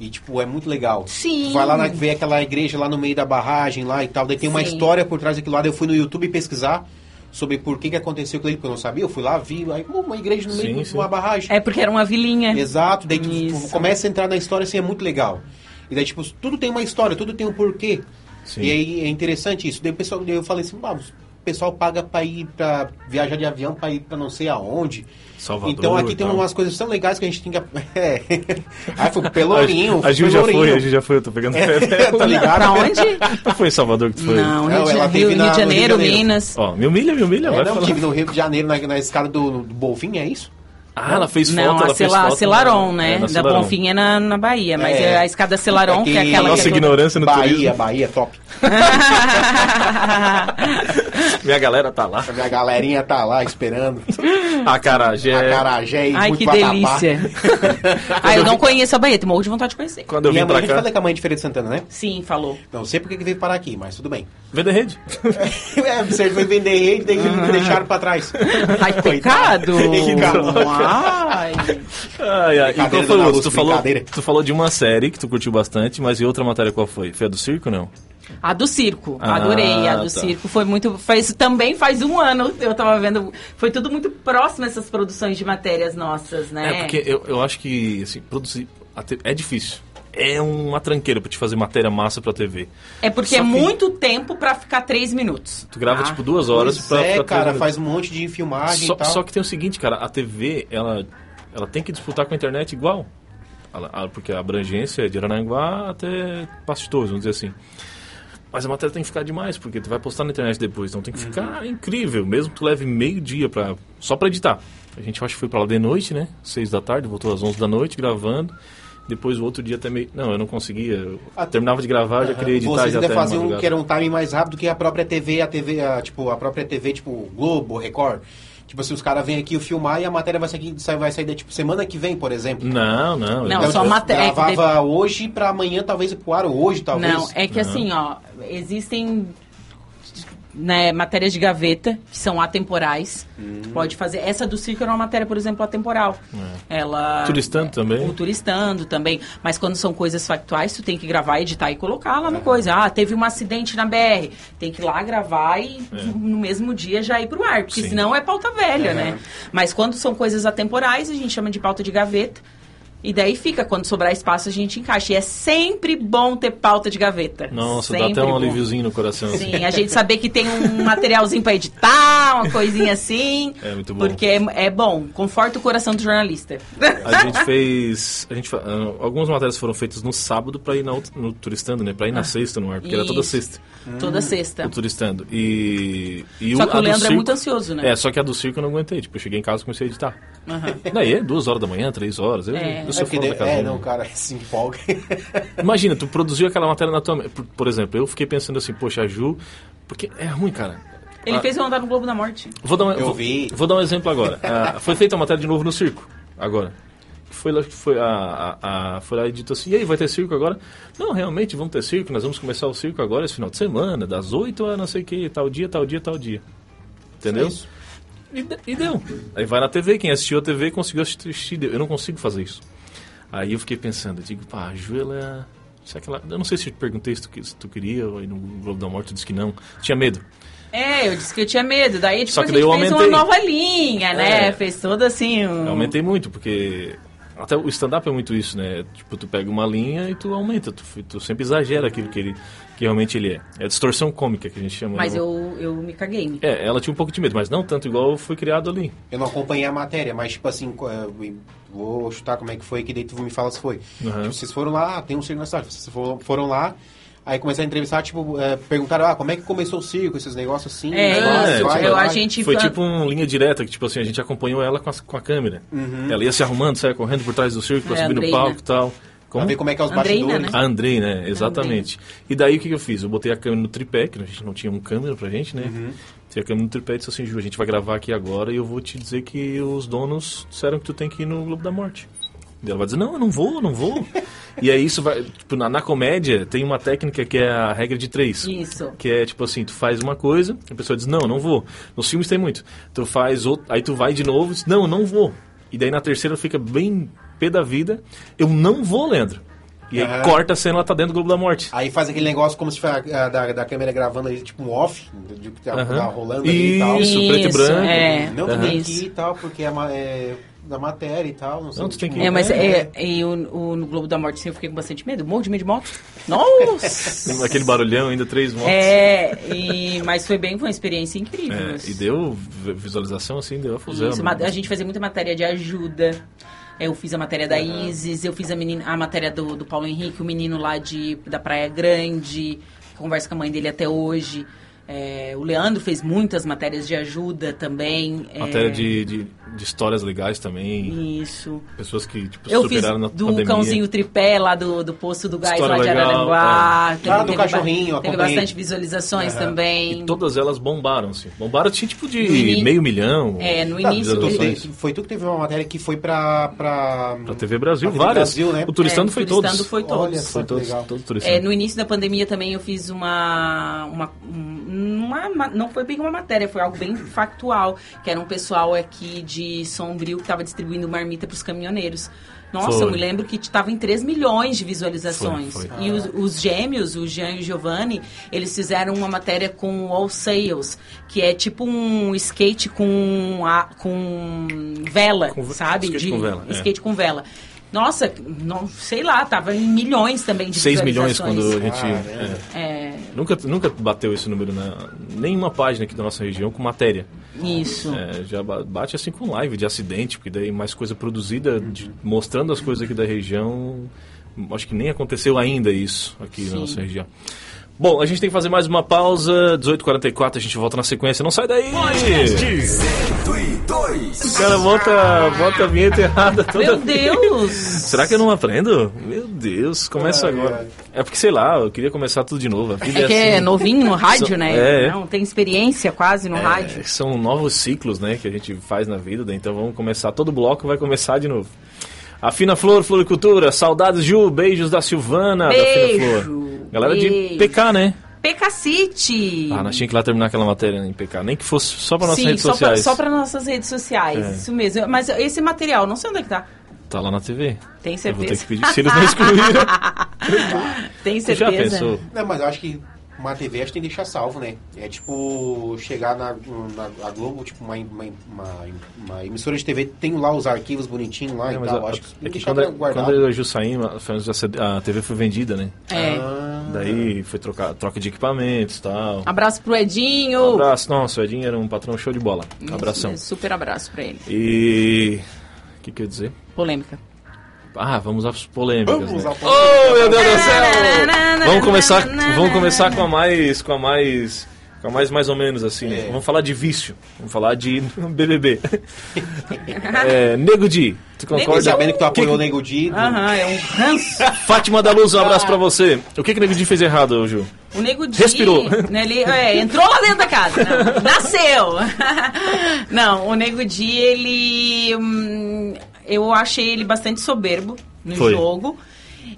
Speaker 3: E, tipo, é muito legal.
Speaker 4: Sim.
Speaker 3: Tu Vai lá na, vê aquela igreja lá no meio da barragem lá e tal. Daí tem uma
Speaker 4: Sim.
Speaker 3: história por trás daquilo lá. Daí eu fui no YouTube pesquisar sobre por que, que aconteceu aquilo ali, porque eu não sabia. Eu fui lá, vi. Aí, pô, uma igreja no meio
Speaker 2: Sim,
Speaker 3: de uma
Speaker 2: sim.
Speaker 3: barragem.
Speaker 4: É porque era uma vilinha.
Speaker 3: Exato, daí tu, tu
Speaker 4: Isso.
Speaker 3: começa a entrar na história assim, é muito legal. E daí, tipo, tudo tem uma história, tudo tem um porquê.
Speaker 2: Sim.
Speaker 3: E aí é interessante isso. Daí o pessoal, daí eu falei assim, "Ah, o pessoal paga pra ir pra viajar de avião pra ir pra não sei aonde.
Speaker 2: Salvador
Speaker 3: então
Speaker 2: e
Speaker 3: aqui tem
Speaker 2: tal.
Speaker 3: umas coisas tão legais que a gente tem que. É. Aí foi Pelourinho,
Speaker 2: A, a Ju já
Speaker 3: Pelourinho.
Speaker 2: foi, a Ju já foi, eu tô pegando é,
Speaker 3: tá ligado?
Speaker 4: Pra onde?
Speaker 2: Não foi em Salvador que tu foi?
Speaker 4: Não, Rio,
Speaker 3: Não,
Speaker 4: de,
Speaker 3: ela
Speaker 4: Rio,
Speaker 3: vive
Speaker 4: Rio
Speaker 3: na- no Rio
Speaker 4: de
Speaker 3: de
Speaker 4: Janeiro,
Speaker 3: Janeiro.
Speaker 4: Minas.
Speaker 2: Ó, me humilha, me humilha,
Speaker 3: É,
Speaker 2: vai
Speaker 3: não,
Speaker 2: falar.
Speaker 3: tive no Rio de Janeiro na, na escada do, do Bolfim, é isso?
Speaker 2: Ah, ela fez foto,
Speaker 4: Não,
Speaker 2: ela
Speaker 4: a,
Speaker 2: fez
Speaker 4: Cela,
Speaker 2: foto.
Speaker 4: a Celaron,
Speaker 2: na-
Speaker 4: né?
Speaker 2: é, na
Speaker 4: da
Speaker 2: Celaron.
Speaker 4: Bonfim é na, na Bahia, mas
Speaker 3: É.
Speaker 4: é a escada Celaron, que é
Speaker 3: Aqui-
Speaker 4: aquela
Speaker 2: Nossa
Speaker 4: que é toda-
Speaker 2: ignorância no
Speaker 3: Bahia,
Speaker 2: turismo.
Speaker 3: Bahia, top.
Speaker 2: Minha galera tá lá.
Speaker 3: A galerinha tá lá esperando.
Speaker 2: Acarajé.
Speaker 3: Acarajé e
Speaker 4: Ai,
Speaker 3: muito
Speaker 4: que
Speaker 3: vatapá.
Speaker 4: delícia. Ai, Ah, eu não conheço a Bahia, tenho morro de vontade de conhecer.
Speaker 2: Quando eu
Speaker 3: Minha
Speaker 2: vim
Speaker 3: mãe
Speaker 2: pra
Speaker 3: já
Speaker 2: cá.
Speaker 3: falei que a mãe é de Feira de Santana, né?
Speaker 4: Sim, falou.
Speaker 3: Não sei porque que veio parar aqui, mas tudo bem.
Speaker 2: Vender rede.
Speaker 3: é, você foi vender rede, daí me deixaram pra trás.
Speaker 4: Ai, que pecado!
Speaker 3: Pecado. Ah,
Speaker 4: Ai.
Speaker 2: Ai, ai. E qual
Speaker 3: Brincadeira,
Speaker 2: foi o
Speaker 3: dona
Speaker 2: outro? Tu
Speaker 3: Lúcia,
Speaker 2: falou,
Speaker 3: brincadeira.
Speaker 2: tu falou de uma série que tu curtiu bastante, mas e outra matéria qual foi? Foi a do circo, não?
Speaker 4: A do circo,
Speaker 2: Ah,
Speaker 4: adorei. A do
Speaker 2: tá.
Speaker 4: circo foi muito. Faz, também faz um ano eu tava vendo. Foi tudo muito próximo essas produções de matérias nossas, né?
Speaker 2: É, porque eu, eu acho que, assim, produzir a te- é difícil. É uma tranqueira pra te fazer matéria massa pra TV.
Speaker 4: É, porque
Speaker 2: Só
Speaker 4: é
Speaker 2: que-
Speaker 4: muito tempo pra ficar três minutos.
Speaker 2: Tu grava,
Speaker 4: tá?
Speaker 2: tipo, duas horas
Speaker 3: Ah, Pois
Speaker 2: pra, pra
Speaker 3: é,
Speaker 2: três
Speaker 3: cara,
Speaker 2: minutos.
Speaker 3: faz um monte de filmagem
Speaker 2: só,
Speaker 3: e tal.
Speaker 2: só que tem o seguinte, cara, a TV, ela, ela tem que disputar com a internet igual. Ela- a- porque a abrangência é de Aranaguá até Pastores, vamos dizer assim. Mas a matéria tem que ficar demais, porque tu vai postar na internet depois. Então tem que
Speaker 3: Uhum.
Speaker 2: ficar incrível, mesmo que tu leve meio dia pra, só pra editar. A gente eu acho que foi pra lá de noite, né? Seis da tarde, voltou às onze da noite gravando. Depois o outro dia até meio... Não, eu não conseguia. Eu
Speaker 3: Ah,
Speaker 2: terminava de gravar, já queria editar.
Speaker 3: Vocês
Speaker 2: já
Speaker 3: ainda
Speaker 2: até
Speaker 3: faziam um,
Speaker 2: madrugada.
Speaker 3: que era um time mais rápido que a própria TV, a TV, a, tipo, a própria TV, tipo, Globo, Record. Tipo assim, os caras vêm aqui filmar e a matéria vai sair, sai- vai sair da, tipo, semana que vem, por exemplo.
Speaker 2: Não, não. eu
Speaker 4: Não,
Speaker 3: Então,
Speaker 4: só é,
Speaker 3: tipo,
Speaker 4: matéria-
Speaker 3: Gravava hoje pra amanhã, talvez, pro ar, ou hoje, talvez.
Speaker 4: Não, é que assim, ó, existem né, matérias de gaveta que são atemporais. Tu
Speaker 2: Hum.
Speaker 4: Pode fazer. Essa do circo era uma matéria, por exemplo, atemporal. Ela.
Speaker 2: Turistando É. também?
Speaker 4: O turistando também. Mas quando são coisas factuais, tu tem que gravar, editar e colocar lá na coisa. Ah, teve um acidente na BR. Tem que ir lá gravar e no mesmo dia já ir pro ar. Porque
Speaker 2: É. Sim.
Speaker 4: senão é pauta velha, né? Mas quando são coisas atemporais, a gente chama de pauta de gaveta. E daí fica, quando sobrar espaço, a gente encaixa. E é sempre bom ter pauta de gaveta.
Speaker 2: Nossa, dá
Speaker 4: sempre
Speaker 2: até um
Speaker 4: bom.
Speaker 2: alíviozinho no coração. assim.
Speaker 4: Sim, a gente saber que tem um materialzinho pra editar, uma coisinha assim.
Speaker 2: É, muito bom.
Speaker 4: Porque é, é bom, conforta o coração do jornalista.
Speaker 2: A gente fez. A gente, fa- ah, algumas matérias foram feitas no sábado pra ir na, outra- no turistando, né? Pra ir na sexta no ar, porque era toda
Speaker 4: Ah. Isso.
Speaker 2: sexta
Speaker 4: Toda sexta.
Speaker 2: o turistando. E. e
Speaker 4: Só que
Speaker 2: a
Speaker 4: o
Speaker 2: do
Speaker 4: Leandro é
Speaker 2: circo-
Speaker 4: muito ansioso, né?
Speaker 2: É, só que a do circo eu não aguentei. Tipo, eu cheguei em casa e comecei a editar.
Speaker 4: Aham.
Speaker 2: Daí é duas horas da manhã, três horas. Eu,
Speaker 4: É.
Speaker 2: eu
Speaker 3: É,
Speaker 2: sou
Speaker 3: porque
Speaker 2: fora
Speaker 3: daí-
Speaker 2: da casa.
Speaker 3: é, não, cara, se empolga.
Speaker 2: Imagina, tu produziu aquela matéria na tua. me- Por, por exemplo, eu fiquei pensando assim, poxa, a Ju. Porque é ruim, cara.
Speaker 4: Ele
Speaker 2: Ah.
Speaker 4: fez eu andar no Globo da Morte.
Speaker 2: Vou dar um,
Speaker 3: Eu
Speaker 2: vou,
Speaker 3: vi.
Speaker 2: vou dar um exemplo agora. Ah, foi feita a matéria de novo no circo, agora. Foi lá, foi, a, a- a- foi lá e dito assim, e aí, vai ter circo agora? Não, realmente, vamos ter circo, nós vamos começar o circo agora, esse final de semana, das 8 a não sei o que, tal dia, tal dia, tal dia. Entendeu?
Speaker 3: Isso.
Speaker 2: E, de- e deu. Aí vai na TV, quem assistiu a TV conseguiu assistir. deu. Eu não consigo fazer isso. Aí eu fiquei pensando, eu digo, pá, a Ju, ela... Será que ela... Eu não sei se eu te perguntei se tu, que- se tu queria, ou aí no Globo da Morte tu disse que não. Tinha medo.
Speaker 4: É, eu disse que eu tinha medo. Daí, tipo,
Speaker 2: Só que
Speaker 4: a
Speaker 2: daí
Speaker 4: gente
Speaker 2: eu
Speaker 4: fez
Speaker 2: aumentei.
Speaker 4: uma nova linha, né?
Speaker 2: É.
Speaker 4: Fez todo assim. Um...
Speaker 2: Eu aumentei muito, porque até o stand-up é muito isso, né? Tipo, tu pega uma linha e tu aumenta, tu, fi- tu sempre exagera aquilo que ele que realmente ele é. É a distorção cômica que a gente chama.
Speaker 4: Mas
Speaker 2: né?
Speaker 4: eu, eu me caguei.
Speaker 2: É, ela tinha um pouco de medo, mas não tanto igual foi criado ali.
Speaker 3: Eu não acompanhei a matéria, mas tipo assim, co- eh, vou chutar como é que foi, que daí tu me fala se foi.
Speaker 2: Aham.
Speaker 3: Tipo, vocês foram lá, ah, tem um circo na cidade, vocês foram, foram lá, aí começaram a entrevistar, tipo, eh, perguntaram, ah, como é que começou o circo, esses negócios assim,
Speaker 4: É,
Speaker 3: negócio,
Speaker 2: isso,
Speaker 3: vai,
Speaker 2: eu-
Speaker 3: vai.
Speaker 4: a gente- Tipo,
Speaker 2: foi
Speaker 4: a-
Speaker 2: tipo uma linha direta, que tipo assim, a gente acompanhou ela com a, com a câmera. Ela ia se arrumando, saia correndo por trás do circo pra
Speaker 4: É,
Speaker 2: subir no
Speaker 4: Andrei,
Speaker 2: palco
Speaker 4: né?
Speaker 2: e tal.
Speaker 3: Pra
Speaker 2: Como?
Speaker 3: ver como é que é os
Speaker 4: Andreina,
Speaker 3: bastidores.
Speaker 4: né?
Speaker 2: A Andrei, né? Exatamente. E daí o que, que eu fiz? Eu botei a câmera no tripé, que a gente não tinha um câmera pra gente, né? Botei a câmera no tripé e disse assim, Ju, a gente vai gravar aqui agora e eu vou te dizer que os donos disseram que tu tem que ir no Globo da Morte. E ela vai dizer, não, eu não vou, eu não vou. e aí isso vai... Tipo, na, na comédia tem uma técnica que é a regra de três.
Speaker 4: Isso.
Speaker 2: Que é tipo assim, tu faz uma coisa, a pessoa diz, não, não vou. Nos filmes tem muito. Tu faz outro, aí tu vai de novo, diz, não, não vou. E daí na terceira fica bem pé da vida, eu não vou, Leandro. E aí
Speaker 3: Aham.
Speaker 2: corta a cena, ela tá dentro do Globo da Morte.
Speaker 3: Aí faz aquele negócio como se fosse a- a da, da câmera gravando ali, tipo um off, de, de, tá-
Speaker 2: Aham.
Speaker 3: tá rolando ali e tal.
Speaker 2: Isso, preto e branco.
Speaker 4: É,
Speaker 3: Não tu tem que ir
Speaker 4: isso.
Speaker 3: e tal, porque é, ma- é da matéria e tal, não sei.
Speaker 2: Não, tu tem que ir.
Speaker 4: É, mas
Speaker 3: é-
Speaker 4: é, e o, o- no Globo da Morte sim, eu fiquei com bastante medo. Morro de medo de moto. Nossa!
Speaker 2: Aquele barulhão, ainda três motos.
Speaker 4: É, e- mas foi bem, foi uma experiência incrível.
Speaker 2: É,
Speaker 4: assim.
Speaker 2: e deu vi- visualização assim, deu a fusão.
Speaker 4: Isso,
Speaker 2: né?
Speaker 4: ma- a gente fazia muita matéria de ajuda. Eu fiz a matéria da Isis, eu fiz a, menina, a matéria do, do Paulo Henrique, o menino lá de, da Praia Grande, que conversa com a mãe dele até hoje. É, o Leandro fez muitas matérias de ajuda também. é,
Speaker 2: Matéria de, de, de histórias legais também.
Speaker 4: Isso.
Speaker 2: Pessoas que tipo,
Speaker 4: Eu fiz
Speaker 2: superaram na
Speaker 4: do
Speaker 2: pandemia.
Speaker 4: cãozinho tripé lá do, do posto do gás
Speaker 2: História
Speaker 4: lá de
Speaker 2: legal, tá.
Speaker 4: Araranguá. Teve-
Speaker 3: Ah, do
Speaker 4: teve
Speaker 3: cachorrinho,
Speaker 4: ba- Teve
Speaker 3: acompanhei.
Speaker 4: bastante visualizações também.
Speaker 2: E todas elas bombaram-se. Bombaram, tinha tipo de
Speaker 4: Mini-
Speaker 2: meio milhão.
Speaker 4: É, no
Speaker 2: de
Speaker 4: início-
Speaker 3: Tu
Speaker 2: visualizações.
Speaker 3: te- foi tu que teve uma matéria que foi pra. pra...
Speaker 2: Pra TV Brasil,
Speaker 3: Pra TV
Speaker 2: várias.
Speaker 3: Brasil, né?
Speaker 2: O turistando
Speaker 4: É,
Speaker 2: foi
Speaker 4: o Turistando
Speaker 2: todos.
Speaker 4: foi todos.
Speaker 3: Olha só
Speaker 2: Foi
Speaker 3: que
Speaker 2: todos,
Speaker 3: legal.
Speaker 2: todo turistando.
Speaker 4: É, no início da pandemia também eu fiz uma, uma, um, uma- uma- Não foi bem uma matéria, foi algo bem factual. Que era um pessoal aqui de Sombrio que estava distribuindo marmita para os caminhoneiros. Nossa,
Speaker 2: Foi.
Speaker 4: eu me lembro que estava em 3 milhões de visualizações.
Speaker 2: Foi, foi.
Speaker 4: E os, os gêmeos, o Jean e o Giovanni, eles fizeram uma matéria com o All Sales, que é tipo um skate com, a, com vela,
Speaker 2: Com ve-
Speaker 4: sabe?
Speaker 2: skate com vela, é.
Speaker 4: Skate com vela. Nossa, não, sei lá, tava em milhões também de
Speaker 2: 6 milhões quando a
Speaker 4: visualizações.
Speaker 2: gente.
Speaker 3: Caramba.
Speaker 2: é. Nunca, nunca bateu esse número na nenhuma página aqui da nossa região com matéria.
Speaker 4: Isso.
Speaker 2: É, já ba- bate assim com live de acidente, porque daí mais coisa produzida, de- mostrando as coisas aqui da região. Acho que nem aconteceu ainda isso aqui na
Speaker 4: Sim.
Speaker 2: nossa região. Bom, a gente tem que fazer mais uma pausa. 18h44, a gente volta na sequência. Não sai daí!
Speaker 1: Podcast.
Speaker 6: 102.
Speaker 2: O cara bota, bota a vinheta errada toda
Speaker 4: Meu
Speaker 2: vez.
Speaker 4: Deus!
Speaker 2: Será que eu não aprendo? Meu Deus, começa
Speaker 3: Ai,
Speaker 2: agora. É porque, sei lá, eu queria começar tudo de novo. A vida
Speaker 4: É que é
Speaker 2: assim.
Speaker 4: novinho no rádio, né?
Speaker 2: É.
Speaker 4: Não, tem experiência quase no
Speaker 2: É,
Speaker 4: rádio.
Speaker 2: são novos ciclos, né, que a gente faz na vida, né? então vamos começar, todo bloco vai começar de novo. A Fina Flor, Floricultura, saudades Ju, beijos da Silvana, da Fina
Speaker 4: Beijo,
Speaker 2: Flor. Galera de
Speaker 4: beijo.
Speaker 2: PK, né?
Speaker 4: Pecacite!
Speaker 2: Ah, nós tínhamos que ir lá terminar aquela matéria em PK, nem que fosse só para nossas
Speaker 4: Sim,
Speaker 2: redes
Speaker 4: só pra,
Speaker 2: sociais.
Speaker 4: só pra nossas redes sociais,
Speaker 2: É.
Speaker 4: isso mesmo. Mas esse material, não sei onde é que tá.
Speaker 2: Tá lá na TV.
Speaker 4: Tem
Speaker 2: Eu vou ter
Speaker 4: certeza?
Speaker 2: que pedir se eles não excluíram.
Speaker 4: Tem
Speaker 2: Tu já
Speaker 4: certeza?
Speaker 2: pensou?
Speaker 3: Não, mas eu acho que uma TV acho que tem que deixar salvo, né? É tipo chegar na, na a Globo, tipo, uma, uma, uma- uma emissora de TV tem lá os arquivos bonitinhos lá
Speaker 2: É,
Speaker 3: e
Speaker 2: mas
Speaker 3: tal.
Speaker 2: a-
Speaker 3: acho que tem
Speaker 2: é
Speaker 3: que
Speaker 2: que
Speaker 3: deixar
Speaker 2: quando,
Speaker 3: guardado.
Speaker 2: quando a Ju saiu, a- foi- a TV foi vendida, né?
Speaker 4: É.
Speaker 3: Ah,
Speaker 2: Daí foi trocar, troca de equipamentos e tal.
Speaker 4: Abraço pro
Speaker 2: Um
Speaker 4: Edinho.
Speaker 2: abraço. Nossa, o Edinho era um patrão show de bola.
Speaker 4: Isso
Speaker 2: Abração.
Speaker 4: mesmo, Super abraço pra ele.
Speaker 2: E... O que que eu ia dizer?
Speaker 4: Polêmica.
Speaker 2: Ah, vamos às polêmicas,
Speaker 3: vamos
Speaker 2: né?
Speaker 3: lá.
Speaker 2: Oh, meu Deus do céu! Vamos começar, vamos começar com a mais... Com a mais... Com a mais mais ou menos assim, né?
Speaker 3: É.
Speaker 2: Vamos falar de vício. Vamos falar de BBB. é, Nego Di, tu
Speaker 3: Ficou
Speaker 2: concorda?
Speaker 3: sabendo que tu apoiou o Nego Di.
Speaker 2: Uhum.
Speaker 4: Aham, é um ranço.
Speaker 2: Fátima da Luz, um abraço pra você. O que que o Nego Di fez errado, Ju?
Speaker 4: O Nego Di,
Speaker 2: Respirou.
Speaker 4: Né, ele, é, entrou lá dentro da casa. Não, nasceu. Não, o Nego Di, ele... hum, eu achei ele bastante soberbo no
Speaker 2: Foi.
Speaker 4: jogo.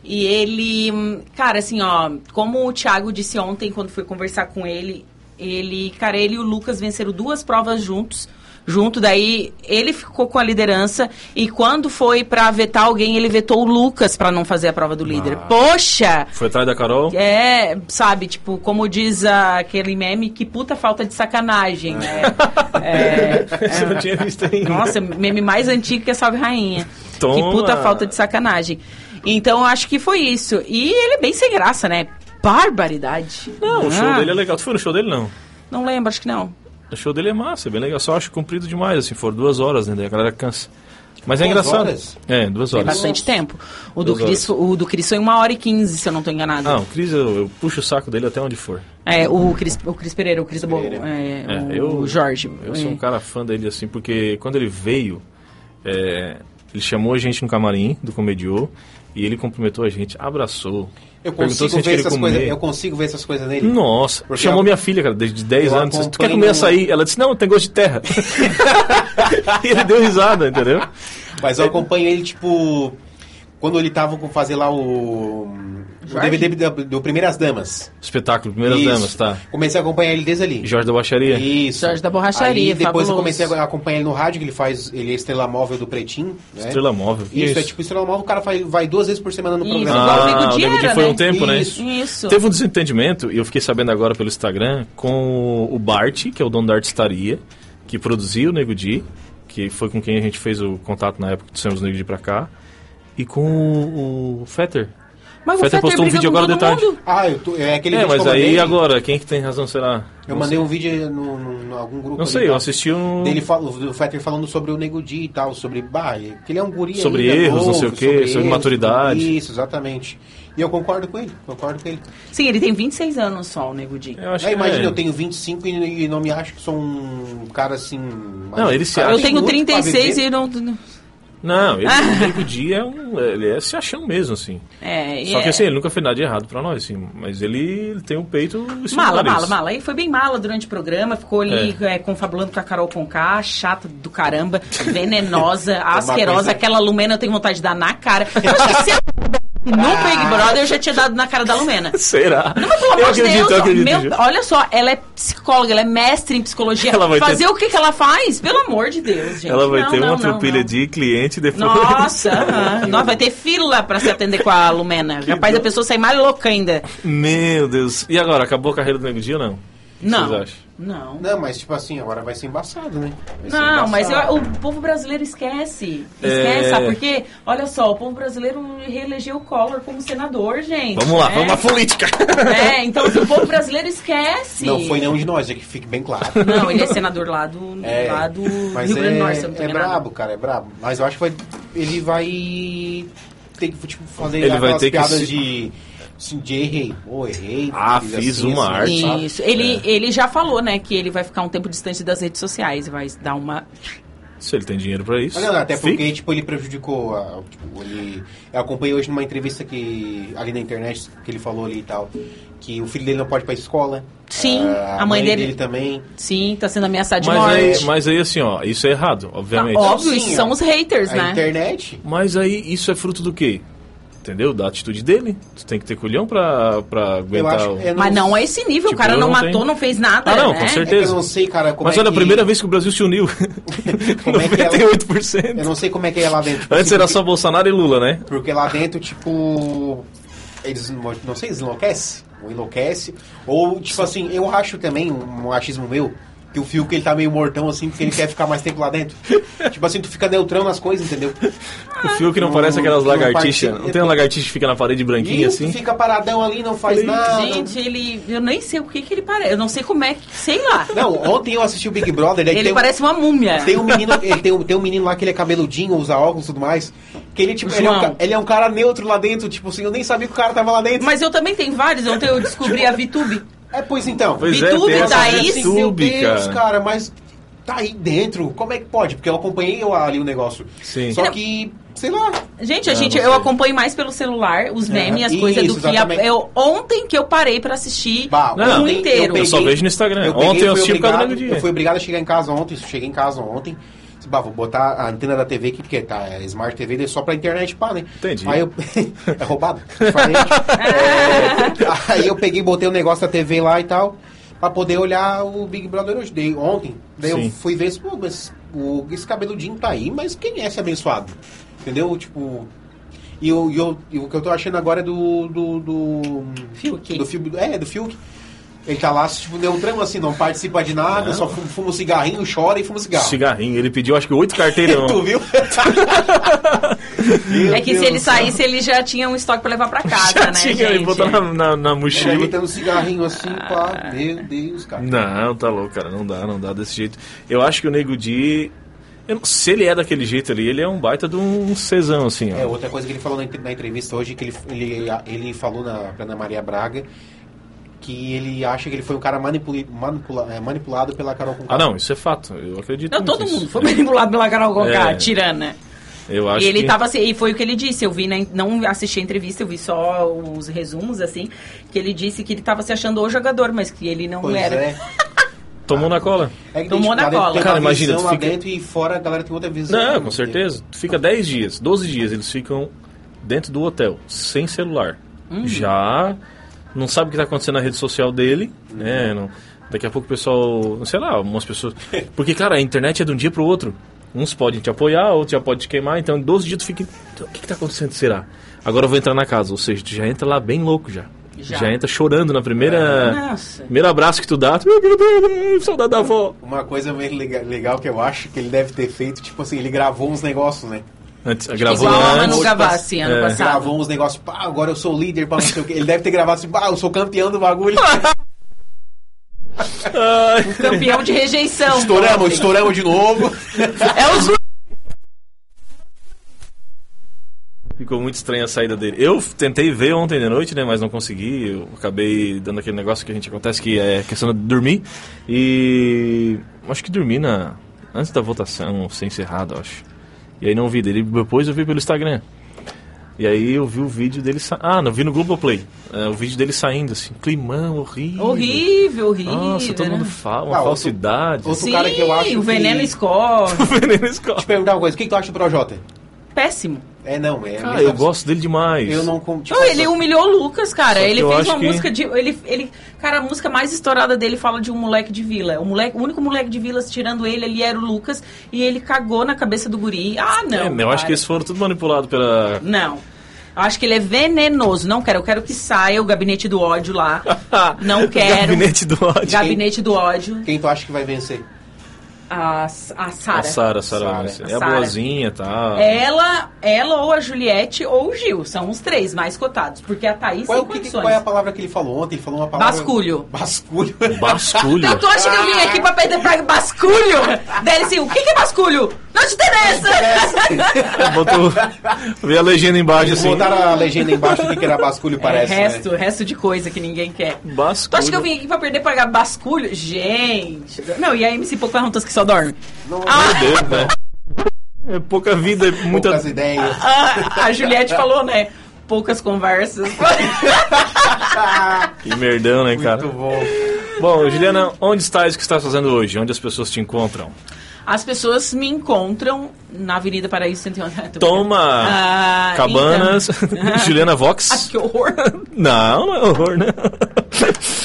Speaker 4: E ele... hum, Cara, assim, ó... Como o Thiago disse ontem, quando fui conversar com ele... Ele... Cara, ele e o Lucas venceram duas provas juntos. Junto, daí ele ficou com a liderança. E quando foi pra vetar alguém, ele vetou o Lucas pra não fazer a prova do líder.
Speaker 2: Ah.
Speaker 4: Poxa!
Speaker 2: Foi atrás da Carol?
Speaker 4: É, sabe, tipo, como diz ah, aquele meme, que puta falta de sacanagem, né? É,
Speaker 2: Você não tinha visto ainda.
Speaker 4: nossa, meme mais antigo que a Salve Rainha.
Speaker 2: Toma.
Speaker 4: Que puta falta de sacanagem. Então, eu acho que foi isso. E ele é bem sem graça, né? Barbaridade.
Speaker 2: Não, o show
Speaker 4: Ah,
Speaker 2: dele é legal. Tu foi no show dele, não?
Speaker 4: Não lembro, acho que não.
Speaker 2: O show dele é massa, é bem legal. Só acho comprido demais, assim, for duas horas, né? Daí a galera cansa. Mas é
Speaker 3: Duas
Speaker 2: engraçado.
Speaker 3: horas?
Speaker 2: É, duas
Speaker 4: Tem
Speaker 2: horas.
Speaker 4: bastante tempo. O do,
Speaker 2: Duas horas.
Speaker 4: Cris, o do Cris foi uma hora e quinze, se eu não tô enganado.
Speaker 2: Não, o Cris, eu, eu puxo o saco dele até onde for.
Speaker 4: É, o Cris, o Cris Pereira, o Cris Bo-
Speaker 3: Pereira.
Speaker 4: é,
Speaker 2: É,
Speaker 4: o,
Speaker 2: eu-
Speaker 4: o Jorge.
Speaker 2: Eu sou
Speaker 4: É.
Speaker 2: um cara fã dele, assim, porque quando ele veio, é, ele chamou a gente no camarim do Comediô e ele cumprimentou a gente, abraçou.
Speaker 3: Eu
Speaker 2: perguntou se a
Speaker 3: consigo
Speaker 2: gente
Speaker 3: ver
Speaker 2: queria
Speaker 3: essas
Speaker 2: comer.
Speaker 3: coisas. Eu consigo ver essas coisas nele.
Speaker 2: Nossa,
Speaker 3: Porque
Speaker 2: chamou
Speaker 3: eu-
Speaker 2: minha filha, cara, desde 10
Speaker 3: Eu
Speaker 2: anos. Tu quer
Speaker 3: acompanho-
Speaker 2: comer açaí? Ela disse, não, tem gosto de terra. e ele deu risada, entendeu?
Speaker 3: Mas
Speaker 4: É.
Speaker 3: eu acompanho ele, tipo. Quando ele tava com fazer lá o. O
Speaker 4: Jorge?
Speaker 3: DVD da- do, Primeiras Damas.
Speaker 2: Espetáculo, primeiras
Speaker 3: Isso.
Speaker 2: damas, tá.
Speaker 3: Comecei a acompanhar ele desde ali.
Speaker 2: E Jorge da Baixaria.
Speaker 3: Isso.
Speaker 4: Jorge da Borracharia,
Speaker 3: Aí depois
Speaker 4: fabuloso.
Speaker 3: eu comecei a acompanhar ele no rádio, que ele faz. Ele é estrela móvel do Pretinho. Né?
Speaker 2: Estrela móvel.
Speaker 3: Isso, é tipo estrela móvel, o cara vai, vai duas vezes por semana no
Speaker 4: Isso.
Speaker 3: programa.
Speaker 4: Igual o Nego
Speaker 2: Ah, o
Speaker 4: Di
Speaker 2: Nego Di
Speaker 4: era,
Speaker 2: foi
Speaker 4: né?
Speaker 2: um tempo, né?
Speaker 3: Isso.
Speaker 4: Isso.
Speaker 2: Teve um desentendimento, e eu fiquei sabendo agora pelo Instagram, com o Bart, que é o dono da artistaria, que produziu o Nego Di, que foi com quem a gente fez o contato na época que trouxemos o Nego Di pra cá, e com o, o Fetter.
Speaker 4: Mas o
Speaker 2: Fetter
Speaker 4: Fetter
Speaker 2: postou um
Speaker 4: briga
Speaker 2: vídeo
Speaker 4: com
Speaker 2: agora
Speaker 4: todo
Speaker 2: de tarde.
Speaker 4: mundo.
Speaker 3: Ah, eu tô, é aquele
Speaker 2: É,
Speaker 3: vídeo
Speaker 2: mas
Speaker 3: que eu
Speaker 2: aí
Speaker 3: mandei,
Speaker 2: agora, quem é que tem razão será?
Speaker 3: Eu
Speaker 2: Não
Speaker 3: mandei
Speaker 2: sei.
Speaker 3: um vídeo no, no, no algum grupo.
Speaker 2: Não
Speaker 3: ali,
Speaker 2: sei, eu
Speaker 3: tá?
Speaker 2: assisti um.
Speaker 3: Dele fala, o Fetter falando sobre o Nego Di e tal, sobre. Bah, que ele é um guri
Speaker 2: Sobre
Speaker 3: ainda
Speaker 2: erros, não
Speaker 3: novo,
Speaker 2: sei o quê, sobre maturidade.
Speaker 3: Isso, exatamente. E eu concordo com ele, concordo com ele.
Speaker 4: Sim, ele tem 26 anos só, o Nego Di.
Speaker 2: Eu acho
Speaker 3: Aí,
Speaker 2: que
Speaker 3: Ah, imagina,
Speaker 2: é.
Speaker 3: eu tenho 25 e, e não me acho que sou um cara assim. mais-
Speaker 2: Não, ele se
Speaker 3: cara,
Speaker 2: acha.
Speaker 4: Eu
Speaker 2: acho
Speaker 4: tenho
Speaker 3: muito pra
Speaker 4: 36
Speaker 3: viver.
Speaker 4: e não...
Speaker 2: Não, ele, o Nego Di é um. Ele é se achando mesmo, assim.
Speaker 4: É,
Speaker 2: Só
Speaker 4: é.
Speaker 2: que assim, ele nunca fez nada de errado pra nós, assim. Mas ele, ele tem um peito.
Speaker 4: Mala,
Speaker 2: estimulado,
Speaker 4: mala,
Speaker 2: isso.
Speaker 4: mala. Ele foi bem mala durante o programa, ficou ali
Speaker 2: É.
Speaker 4: eh, confabulando com a Carol Conká, chata do caramba,
Speaker 2: É
Speaker 4: venenosa, asquerosa,
Speaker 3: coisa-
Speaker 4: aquela Lumena eu tenho vontade de dar na cara. Eu acho que se eu... No Big Brother eu já tinha dado na cara da Lumena.
Speaker 2: Será?
Speaker 4: Mas, pelo
Speaker 2: Ah. eu
Speaker 4: amor de
Speaker 2: acredito,
Speaker 4: Deus,
Speaker 2: eu acredito.
Speaker 4: meu-
Speaker 2: Ju.
Speaker 4: olha só, ela é psicóloga, ela é mestre em psicologia.
Speaker 2: Ela vai ter-
Speaker 4: Fazer o que, que ela faz? Pelo amor de Deus, gente.
Speaker 2: Ela vai
Speaker 4: Não,
Speaker 2: ter
Speaker 4: não,
Speaker 2: uma
Speaker 4: não,
Speaker 2: tropilha
Speaker 4: não.
Speaker 2: de cliente depois.
Speaker 4: Nossa, aham. Nossa, vai ter fila pra se atender com a Lumena. Rapaz, a pessoa sai mais louca ainda.
Speaker 2: Meu Deus. E agora, acabou a carreira do Nego Di ou não? O que vocês
Speaker 4: Não.
Speaker 2: acham?
Speaker 4: Não.
Speaker 3: Não, mas tipo assim, agora vai ser embaçado, né? Vai ser
Speaker 4: Não, mas
Speaker 3: embaçado.
Speaker 4: eu- o povo brasileiro esquece. Esquece,
Speaker 2: É.
Speaker 4: sabe por quê? Olha só, o povo brasileiro reelegeu o Collor como senador, gente.
Speaker 2: Vamos lá,
Speaker 4: né?
Speaker 2: vamos à política.
Speaker 4: É, então assim, o povo brasileiro esquece.
Speaker 3: Não foi nenhum de nós, é que fique bem claro.
Speaker 4: Não, ele é senador lá do,
Speaker 3: É,
Speaker 4: lá do
Speaker 3: mas
Speaker 4: Rio
Speaker 3: é,
Speaker 4: Grande do Norte, se eu não tô
Speaker 3: é
Speaker 4: enganada.
Speaker 3: brabo, cara, é brabo. Mas eu acho que vai, ele vai ter que tipo, fazer
Speaker 2: Ele vai
Speaker 3: aquelas
Speaker 2: ter que
Speaker 3: piadas
Speaker 2: se-
Speaker 3: de, assim, de errei, ou errei. assim,
Speaker 2: Ah, fiz uma arte.
Speaker 3: sabe?
Speaker 4: Isso. Ele,
Speaker 3: É.
Speaker 4: ele já falou, né, que ele vai ficar um tempo distante das redes sociais, vai dar uma.
Speaker 2: Se ele tem dinheiro pra isso.
Speaker 3: Mas, não, até
Speaker 2: fique.
Speaker 3: porque tipo, ele prejudicou. a- tipo, ele, eu acompanhei hoje numa entrevista que ali na internet que ele falou ali e tal. Que o filho dele não pode ir pra escola.
Speaker 4: Sim,
Speaker 3: ah,
Speaker 4: a mãe dele-
Speaker 3: também.
Speaker 4: Sim, tá sendo ameaçado
Speaker 3: é
Speaker 4: de
Speaker 2: Mas
Speaker 4: morte.
Speaker 2: aí, mas aí, assim, ó, isso é errado, obviamente.
Speaker 4: Óbvio,
Speaker 3: Sim,
Speaker 4: isso
Speaker 3: ó.
Speaker 4: são os haters,
Speaker 3: A
Speaker 4: né?
Speaker 3: internet.
Speaker 2: Mas aí isso é fruto do quê? Entendeu? Da atitude dele. Tu tem que ter culhão pra, pra
Speaker 3: Eu
Speaker 2: aguentar
Speaker 3: acho,
Speaker 2: o.
Speaker 3: eu
Speaker 4: Mas não é esse nível,
Speaker 2: Tipo,
Speaker 4: o cara
Speaker 2: eu
Speaker 4: não,
Speaker 2: não
Speaker 4: matou,
Speaker 2: tenho-
Speaker 4: não fez nada.
Speaker 2: Ah, não,
Speaker 4: né?
Speaker 2: com
Speaker 3: É que eu
Speaker 2: certeza.
Speaker 3: não sei, cara, como
Speaker 2: Mas
Speaker 3: é
Speaker 2: olha, a
Speaker 3: que-
Speaker 2: primeira vez que o Brasil se uniu.
Speaker 3: Como é que ela-
Speaker 2: 98%.
Speaker 3: Eu não sei como é que é lá dentro. tipo,
Speaker 2: Antes
Speaker 3: assim,
Speaker 2: era só Bolsonaro e Lula, né?
Speaker 3: Porque lá dentro, tipo. Eles, mo- não sei, eles enlouquecem? Ou enlouquece. Ou, tipo assim, eu acho também, um achismo meu, que o Fiuk ele tá meio mortão assim, porque ele quer ficar mais tempo lá dentro. tipo assim, tu fica neutrão nas coisas, entendeu?
Speaker 2: O fio que não
Speaker 3: Não,
Speaker 2: parece aquelas
Speaker 3: Ah, não
Speaker 2: lagartixas.
Speaker 3: participa.
Speaker 2: Não tem uma lagartixa que fica na parede
Speaker 3: E
Speaker 2: branquinha assim?
Speaker 3: tu fica paradão ali, não faz nada.
Speaker 4: Gente, ele. Eu nem sei o que, que ele parece. Eu não sei como é que. Sei lá.
Speaker 3: Não, ontem eu assisti o Big
Speaker 2: é
Speaker 3: Brother, daí
Speaker 4: ele
Speaker 3: tem um-
Speaker 4: parece uma múmia.
Speaker 3: Tem um menino, ele tem, um, tem um menino lá que ele é cabeludinho, usa óculos e tudo mais. Que ele, tipo, ele é, um,
Speaker 4: João.
Speaker 3: ca- ele é um cara neutro lá dentro, tipo assim, eu nem sabia que o cara tava lá dentro.
Speaker 4: Mas eu também tenho vários. Ontem eu
Speaker 2: Tipo-
Speaker 4: descobri a VTube.
Speaker 3: É, pois então.
Speaker 2: Pois
Speaker 4: Vitube,
Speaker 2: é, tem essa
Speaker 4: Thaís,
Speaker 3: Assim, meu
Speaker 2: Vitube,
Speaker 3: Deus, cara. mas tá aí dentro, como é que pode? Porque eu acompanhei eu- ali o negócio.
Speaker 2: Sim.
Speaker 3: Só que, sei lá,
Speaker 4: Gente, a
Speaker 2: Ah,
Speaker 4: gente,
Speaker 2: não
Speaker 4: eu
Speaker 2: sei. É.
Speaker 4: acompanho mais pelo celular, os memes, as
Speaker 3: Isso,
Speaker 4: coisas do que a,
Speaker 3: exatamente.
Speaker 4: eu Ontem que eu parei pra assistir
Speaker 3: bah,
Speaker 4: o
Speaker 2: Não,
Speaker 4: mundo
Speaker 2: ontem
Speaker 4: inteiro.
Speaker 2: Eu só vejo no Instagram.
Speaker 3: peguei,
Speaker 2: Ontem eu
Speaker 3: fui
Speaker 2: assisti por causa do
Speaker 3: obrigado-
Speaker 2: Nego Di.
Speaker 3: Eu fui obrigado a chegar em casa ontem, isso, cheguei em casa ontem. Disse, Bah, vou botar a antena da TV aqui, porque tá, é Smart TV daí é só pra internet, pá, né?
Speaker 2: Entendi.
Speaker 3: Aí eu... é roubado, diferente. É, aí eu peguei, botei o negócio da TV lá e tal, pra poder olhar o Big Brother hoje. Dei, ontem, daí
Speaker 2: Sim.
Speaker 3: eu fui ver, pô, mas o, esse cabeludinho tá aí, mas quem é esse abençoado? Entendeu? Tipo... E, eu, e, eu, e o que eu tô achando agora é do... do, do
Speaker 4: Fiuk.
Speaker 3: Do Fiuk. É, do Fiuk. Ele tá lá, tipo, neutrão, assim, não participa de nada, só fu- fuma um cigarrinho, chora e fuma um cigarro.
Speaker 2: Cigarrinho. Ele pediu acho que oito carteiras.
Speaker 3: Tu viu?
Speaker 4: É que se ele saísse, ele já tinha um estoque pra levar pra casa,
Speaker 2: Já
Speaker 4: né,
Speaker 2: tinha, ele
Speaker 4: gente?
Speaker 2: botou na, na, na
Speaker 3: Ele
Speaker 2: mochila.
Speaker 3: botando um cigarrinho assim,
Speaker 4: Ah.
Speaker 3: pá, meu Deus, cara.
Speaker 2: Não, tá louco, cara. Não dá, não dá desse jeito. Eu acho que o Nego Di. eu não- se ele é daquele jeito ali, ele é um baita de um cesão, assim,
Speaker 3: É,
Speaker 2: ó.
Speaker 3: outra coisa que ele falou na, entre- na entrevista hoje, que ele, ele, ele falou na, pra Ana Maria Braga, que ele acha que ele foi um cara manipuli- manipula- é, manipulado pela Carol Conká.
Speaker 2: Ah, não, isso é fato. Eu acredito.
Speaker 4: Não,
Speaker 2: muito
Speaker 4: todo
Speaker 2: nisso.
Speaker 4: mundo foi manipulado pela Carol Conká, né?
Speaker 2: É.
Speaker 4: tirana.
Speaker 2: Eu acho
Speaker 4: E ele
Speaker 2: que...
Speaker 4: tava assim, e foi o que ele disse, eu vi, né, não assisti a entrevista, eu vi só os resumos, assim, que ele disse que ele tava se achando o jogador, mas que ele não
Speaker 3: Pois
Speaker 4: era.
Speaker 3: é.
Speaker 2: Tomou na cola.
Speaker 3: É que tem, tipo,
Speaker 4: Tomou
Speaker 3: lá
Speaker 4: na
Speaker 3: dentro
Speaker 4: cola.
Speaker 3: tem uma
Speaker 2: Cara, imagina,
Speaker 3: visão
Speaker 2: tu
Speaker 3: lá
Speaker 2: fica-
Speaker 3: dentro e fora a galera tem outra visão.
Speaker 2: Não, com certeza. Tu Fica 10 dias, 12 dias, eles ficam dentro do hotel, sem celular.
Speaker 4: Hum.
Speaker 2: Já não sabe o que tá acontecendo na rede social dele,
Speaker 4: Uhum.
Speaker 2: né? Não- daqui a pouco o pessoal, sei lá, algumas pessoas. Porque, cara, a internet é de um dia pro outro. Uns podem te apoiar, outros já podem te queimar, então em 12 dias tu fica. O que, que tá acontecendo? Será? Agora eu vou entrar na casa, ou seja, tu já entra lá bem louco já.
Speaker 4: Já. É.
Speaker 2: Já, entra chorando na primeira.
Speaker 4: Nossa.
Speaker 2: Primeiro abraço que tu dá. tu- Saudade da avó.
Speaker 3: Uma coisa meio lega- legal que eu acho que ele deve ter feito, tipo assim, ele gravou uns negócios, né?
Speaker 2: Antes, gravou
Speaker 4: Igual a
Speaker 2: antes.
Speaker 4: Manu Gavassi, ano
Speaker 2: É.
Speaker 4: passado.
Speaker 3: Gravou uns negócios, pá, agora eu sou o líder, pá, não sei o quê. Ele deve ter gravado assim, pá, eu sou campeão do bagulho.
Speaker 2: Ai.
Speaker 4: Campeão de rejeição.
Speaker 3: estouramos, estouramos
Speaker 5: É
Speaker 3: de novo.
Speaker 4: É os
Speaker 2: Ficou muito estranha a saída dele. Eu f- tentei ver ontem de noite, né? Mas não consegui. Eu acabei dando aquele negócio que a gente acontece, que é questão de dormir. E. Acho que dormi na. Antes da votação ser encerrada, eu acho. E aí não vi dele. Depois eu vi pelo Instagram. E aí eu vi o vídeo dele sa... Ah, não, vi no Globoplay. É, o vídeo dele saindo, assim, climão horrível.
Speaker 4: Horrível, horrível. Né?
Speaker 2: Nossa, todo mundo fala, uma
Speaker 3: Ah, outro-
Speaker 2: falsidade.
Speaker 3: outro-
Speaker 4: Sim,
Speaker 3: cara que eu acho
Speaker 4: o veneno
Speaker 3: que-
Speaker 4: escorre.
Speaker 2: Veneno escola.
Speaker 3: Te perguntar uma coisa, o que, que tu acha do Projota?
Speaker 4: Péssimo.
Speaker 3: É, não, é...
Speaker 2: Cara, Ah, eu gosto dele demais.
Speaker 3: Eu não... com- tipo,
Speaker 4: Não, ele é um humilhou o Lucas, cara.
Speaker 2: Só que
Speaker 4: Ele
Speaker 2: eu
Speaker 4: fez
Speaker 2: acho
Speaker 4: uma
Speaker 2: que-
Speaker 4: música de. Ele, ele, cara, a música mais estourada dele fala de um moleque de vila. O, moleque, o único moleque de vila, tirando ele, ali era o Lucas. E ele cagou na cabeça do guri. Ah, não.
Speaker 2: É, eu acho
Speaker 4: cara.
Speaker 2: que eles foram tudo manipulados pela.
Speaker 4: Não. Eu acho que ele é venenoso. Não quero. Eu quero que saia o gabinete do ódio lá. Não quero.
Speaker 2: Gabinete do ódio.
Speaker 4: Gabinete do ódio.
Speaker 3: Quem tu acha que vai vencer?
Speaker 4: A, a Sara.
Speaker 2: A Sara, a Sara.
Speaker 3: Sara.
Speaker 2: Vanessa.
Speaker 4: A
Speaker 2: É a
Speaker 4: Sara. É.
Speaker 2: boazinha, tá?
Speaker 4: Ela, ela ou a Juliette ou o Gil. São os três mais cotados. Porque a Thaís
Speaker 3: Qual é,
Speaker 4: tem
Speaker 3: o que, que-
Speaker 4: condições.
Speaker 3: qual é a palavra que ele falou ontem? Ele falou uma palavra...
Speaker 4: Basculho.
Speaker 3: Basculho.
Speaker 2: Um Basculho.
Speaker 4: Então tu acha que eu vim aqui pra perder pra basculho? Daí ele assim, o que que é basculho? Não te interessa!
Speaker 2: Botou. Vê a legenda embaixo
Speaker 3: Eles
Speaker 2: assim.
Speaker 3: botaram a legenda embaixo do que que era basculho, parece,
Speaker 4: é, resto,
Speaker 3: né?
Speaker 4: resto de coisa que ninguém quer.
Speaker 2: Basculho.
Speaker 4: Tu acha que eu vim aqui pra perder pra basculho? Gente... Não, e a MC Pouco perguntas que só dorme.
Speaker 2: Meu Deus, né? É pouca vida, é muita.
Speaker 3: Poucas ideias.
Speaker 4: A, a Juliette falou, né? Poucas conversas.
Speaker 2: Que merdão, né, cara?
Speaker 3: Muito bom.
Speaker 2: Bom, Juliana, onde está isso que estás fazendo hoje? Onde as pessoas te encontram?
Speaker 4: As pessoas me encontram na Avenida Paraíso 111.
Speaker 2: Toma!
Speaker 4: Ah,
Speaker 2: Cabanas, Juliana Vox.
Speaker 4: Ah, que horror!
Speaker 2: Não, não é horror, né?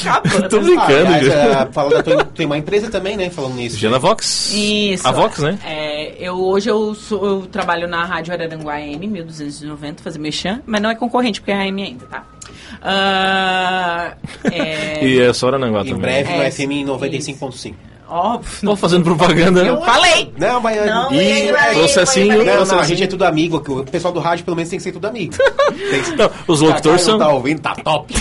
Speaker 4: Cabanas.
Speaker 2: Tô
Speaker 3: Ah,
Speaker 2: brincando,
Speaker 3: aliás,
Speaker 2: Juliana.
Speaker 3: é, fala da tua, tem uma empresa também, né? Falando nisso.
Speaker 2: Juliana Vox.
Speaker 4: Isso.
Speaker 2: A Vox, né?
Speaker 4: É, eu, hoje eu, sou- eu trabalho na Rádio Araranguá M, 1290, fazer mexã, mas não é concorrente, porque é AM ainda, tá? Ah, é,
Speaker 2: E é Sorananguá
Speaker 3: Em
Speaker 2: também.
Speaker 3: breve no
Speaker 4: É,
Speaker 3: FM 95.5.
Speaker 4: óbvio,
Speaker 2: Tô fazendo propaganda,
Speaker 4: eu
Speaker 2: né?
Speaker 4: falei!
Speaker 3: Não, vai...
Speaker 4: Não,
Speaker 3: Ih,
Speaker 4: vai, vai,
Speaker 2: processinho,
Speaker 4: vai, vai.
Speaker 3: Não, não, a
Speaker 2: processinho.
Speaker 3: gente é tudo amigo. que O pessoal do rádio, pelo menos, tem que ser tudo amigo. Tem que ser...
Speaker 2: Não, Então, os
Speaker 3: Cacai
Speaker 2: locutores são.
Speaker 3: não tá ouvindo, tá top.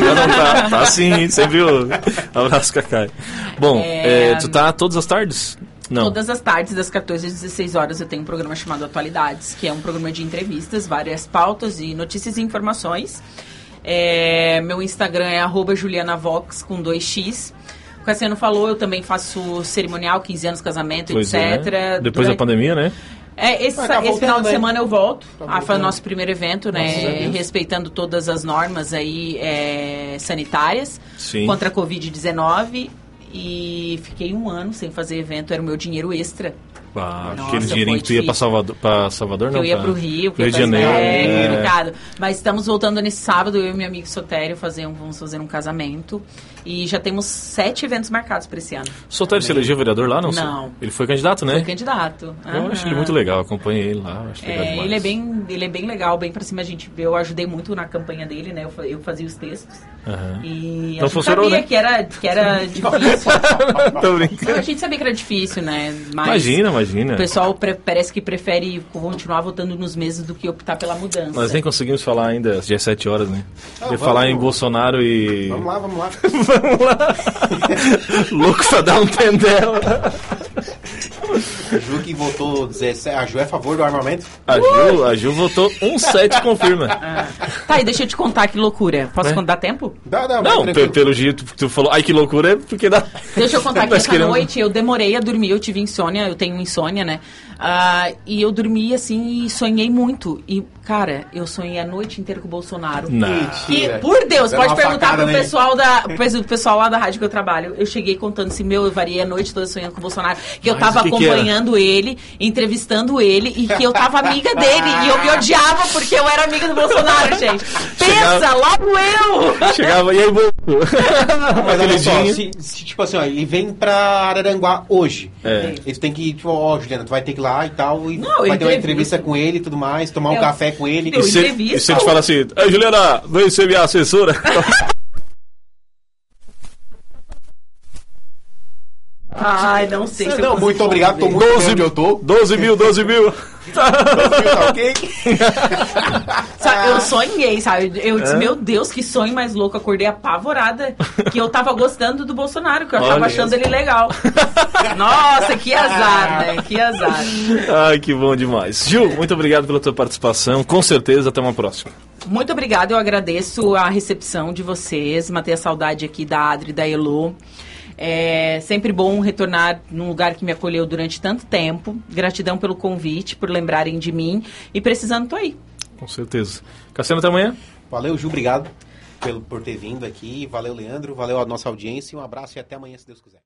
Speaker 2: Não, não, tá, tá sim, você viu? Abraço, Cacai. Bom,
Speaker 4: É,
Speaker 2: é, tu tá todas as tardes? Não.
Speaker 4: Todas as tardes, das 14 às 16 horas, eu tenho um programa chamado Atualidades, que é um programa de entrevistas, várias pautas e notícias e informações. É, meu Instagram é arroba julianavox com 2x. O Cassiano falou, eu também faço cerimonial, 15 anos, casamento,
Speaker 2: Pois é,
Speaker 4: etc.
Speaker 2: né? Depois da
Speaker 4: Durante-
Speaker 2: pandemia, né?
Speaker 4: É, esse,
Speaker 3: Vai, tá
Speaker 4: esse
Speaker 3: voltando,
Speaker 4: final de
Speaker 3: né?
Speaker 4: semana eu volto. Ah, foi o
Speaker 3: voltando.
Speaker 4: nosso primeiro evento,
Speaker 3: Graças a
Speaker 4: né?
Speaker 3: Deus.
Speaker 4: Respeitando todas as normas aí é, sanitárias
Speaker 2: Sim.
Speaker 4: contra a Covid-19. E fiquei um ano sem fazer evento, era o meu dinheiro extra.
Speaker 2: Ah,
Speaker 4: Nossa,
Speaker 2: aquele dinheirinho
Speaker 4: foi
Speaker 2: que tu ia pra
Speaker 4: difícil.
Speaker 2: Salvador, pra Salvador
Speaker 4: Que
Speaker 2: não?
Speaker 4: eu ia
Speaker 2: pra...
Speaker 4: pro Rio, que
Speaker 2: Rio
Speaker 4: eu
Speaker 2: de
Speaker 4: ia pra
Speaker 2: Janeiro.
Speaker 4: Espanha,
Speaker 2: É.
Speaker 4: complicado. Mas estamos voltando nesse sábado, eu e meu amigo Sotério fazer um- vamos fazer um casamento. E já temos sete eventos marcados para esse ano.
Speaker 2: Sotério se elegeu vereador lá? Não.
Speaker 4: Não.
Speaker 2: Ele foi candidato, né?
Speaker 4: Foi candidato.
Speaker 2: Eu acho ele
Speaker 4: Aham.
Speaker 2: muito legal, acompanhei ele lá. Acho legal
Speaker 4: É,
Speaker 2: demais.
Speaker 4: ele, é bem, ele é bem legal, bem pra cima. A gente, eu ajudei muito na campanha dele, né? Eu, fa- eu fazia os textos.
Speaker 2: Aham.
Speaker 4: E
Speaker 2: Não
Speaker 4: a gente
Speaker 2: funcionou,
Speaker 4: sabia
Speaker 2: né?
Speaker 4: que era, que era difícil.
Speaker 2: Tô brincando.
Speaker 4: Não, a gente sabia que era difícil, né? Mas
Speaker 2: Imagina, imagina.
Speaker 4: o pessoal pre- parece que prefere continuar votando nos meses do que optar pela mudança.
Speaker 2: Nós nem conseguimos falar ainda, já é 7 horas, né?
Speaker 3: Ah,
Speaker 2: Ia
Speaker 3: vamos,
Speaker 2: falar em
Speaker 3: vamos.
Speaker 2: Bolsonaro e.
Speaker 3: Vamos lá, vamos lá.
Speaker 2: Louco pra dar um pendel.
Speaker 3: A Ju que votou 17... A Ju é a favor do armamento?
Speaker 2: A Ju, a Ju votou 1,7,
Speaker 3: É,
Speaker 2: confirma.
Speaker 4: Tá, e deixa eu te contar que loucura. Posso
Speaker 2: É.
Speaker 4: contar tempo?
Speaker 3: Dá, dá, vai,
Speaker 2: Não, pe-
Speaker 3: tranquilo.
Speaker 2: pelo jeito que tu falou, ai que loucura, é porque dá.
Speaker 4: Deixa eu contar que
Speaker 2: Nós
Speaker 4: essa
Speaker 2: queremos-
Speaker 4: noite eu demorei a dormir, eu tive insônia, eu tenho insônia, né? Ah, e eu dormi assim e sonhei muito. E, cara, eu sonhei a noite inteira com o Bolsonaro.
Speaker 2: Não.
Speaker 4: Que,
Speaker 3: Mentira.
Speaker 4: por Deus,
Speaker 3: Dá
Speaker 4: pode
Speaker 3: uma
Speaker 4: perguntar
Speaker 3: facada
Speaker 4: pro
Speaker 3: nele.
Speaker 4: pessoal, da, pro pes- pessoal lá da rádio que eu trabalho. Eu cheguei contando assim, meu, eu variei a noite toda sonhando com o Bolsonaro. Que eu
Speaker 2: Mas
Speaker 4: tava
Speaker 2: o que que era?
Speaker 4: acompanhando ele, entrevistando ele, e que eu tava amiga dele. e eu me odiava porque eu era amiga do Bolsonaro, gente. Pensa,
Speaker 2: Chegava-
Speaker 4: logo eu!
Speaker 2: Chegava, e aí, bom.
Speaker 3: Mas olha só,
Speaker 2: Aquele
Speaker 3: se, se, tipo assim, ó, ele vem pra Araranguá hoje.
Speaker 2: É.
Speaker 3: Ele tem que, tipo, ó, Juliana, tu vai ter que ir lá e tal. E vai
Speaker 4: Não,
Speaker 3: ter uma
Speaker 4: entrevista.
Speaker 3: entrevista com ele e tudo mais, tomar um
Speaker 4: Eu-
Speaker 3: café com ele.
Speaker 4: Eu-
Speaker 2: E se,
Speaker 4: entrevista.
Speaker 2: e se ele te fala assim, "Ei, Juliana, vem ser minha assessora.
Speaker 3: Tá
Speaker 4: Ai, não sei se eu
Speaker 3: Não, muito
Speaker 4: consigo
Speaker 3: obrigado, tô
Speaker 4: responder.
Speaker 3: muito bem onde eu tô.
Speaker 2: 12 mil, 12 mil.
Speaker 3: Tá ok?
Speaker 4: Sabe,
Speaker 2: Ah.
Speaker 4: Eu sonhei, sabe? Eu disse, meu Deus, que sonho mais louco. Acordei apavorada. Que eu tava gostando do Bolsonaro, que eu
Speaker 2: Olha.
Speaker 4: tava achando ele legal. Nossa, que azar, né? Que azar.
Speaker 2: Ai, que bom demais. Gil, muito obrigado pela tua participação. Com certeza, até uma próxima.
Speaker 4: Muito obrigada, eu agradeço a recepção de vocês, matei a saudade aqui da Adri, da Elo. É sempre bom retornar num lugar que me acolheu durante tanto tempo. Gratidão pelo convite, por lembrarem de mim. E precisando, tô aí.
Speaker 2: Com certeza. Cassiano, até amanhã.
Speaker 3: Valeu, Ju, obrigado pelo, por ter vindo aqui. Valeu, Leandro. Valeu a nossa audiência. Um abraço e até amanhã, se Deus quiser.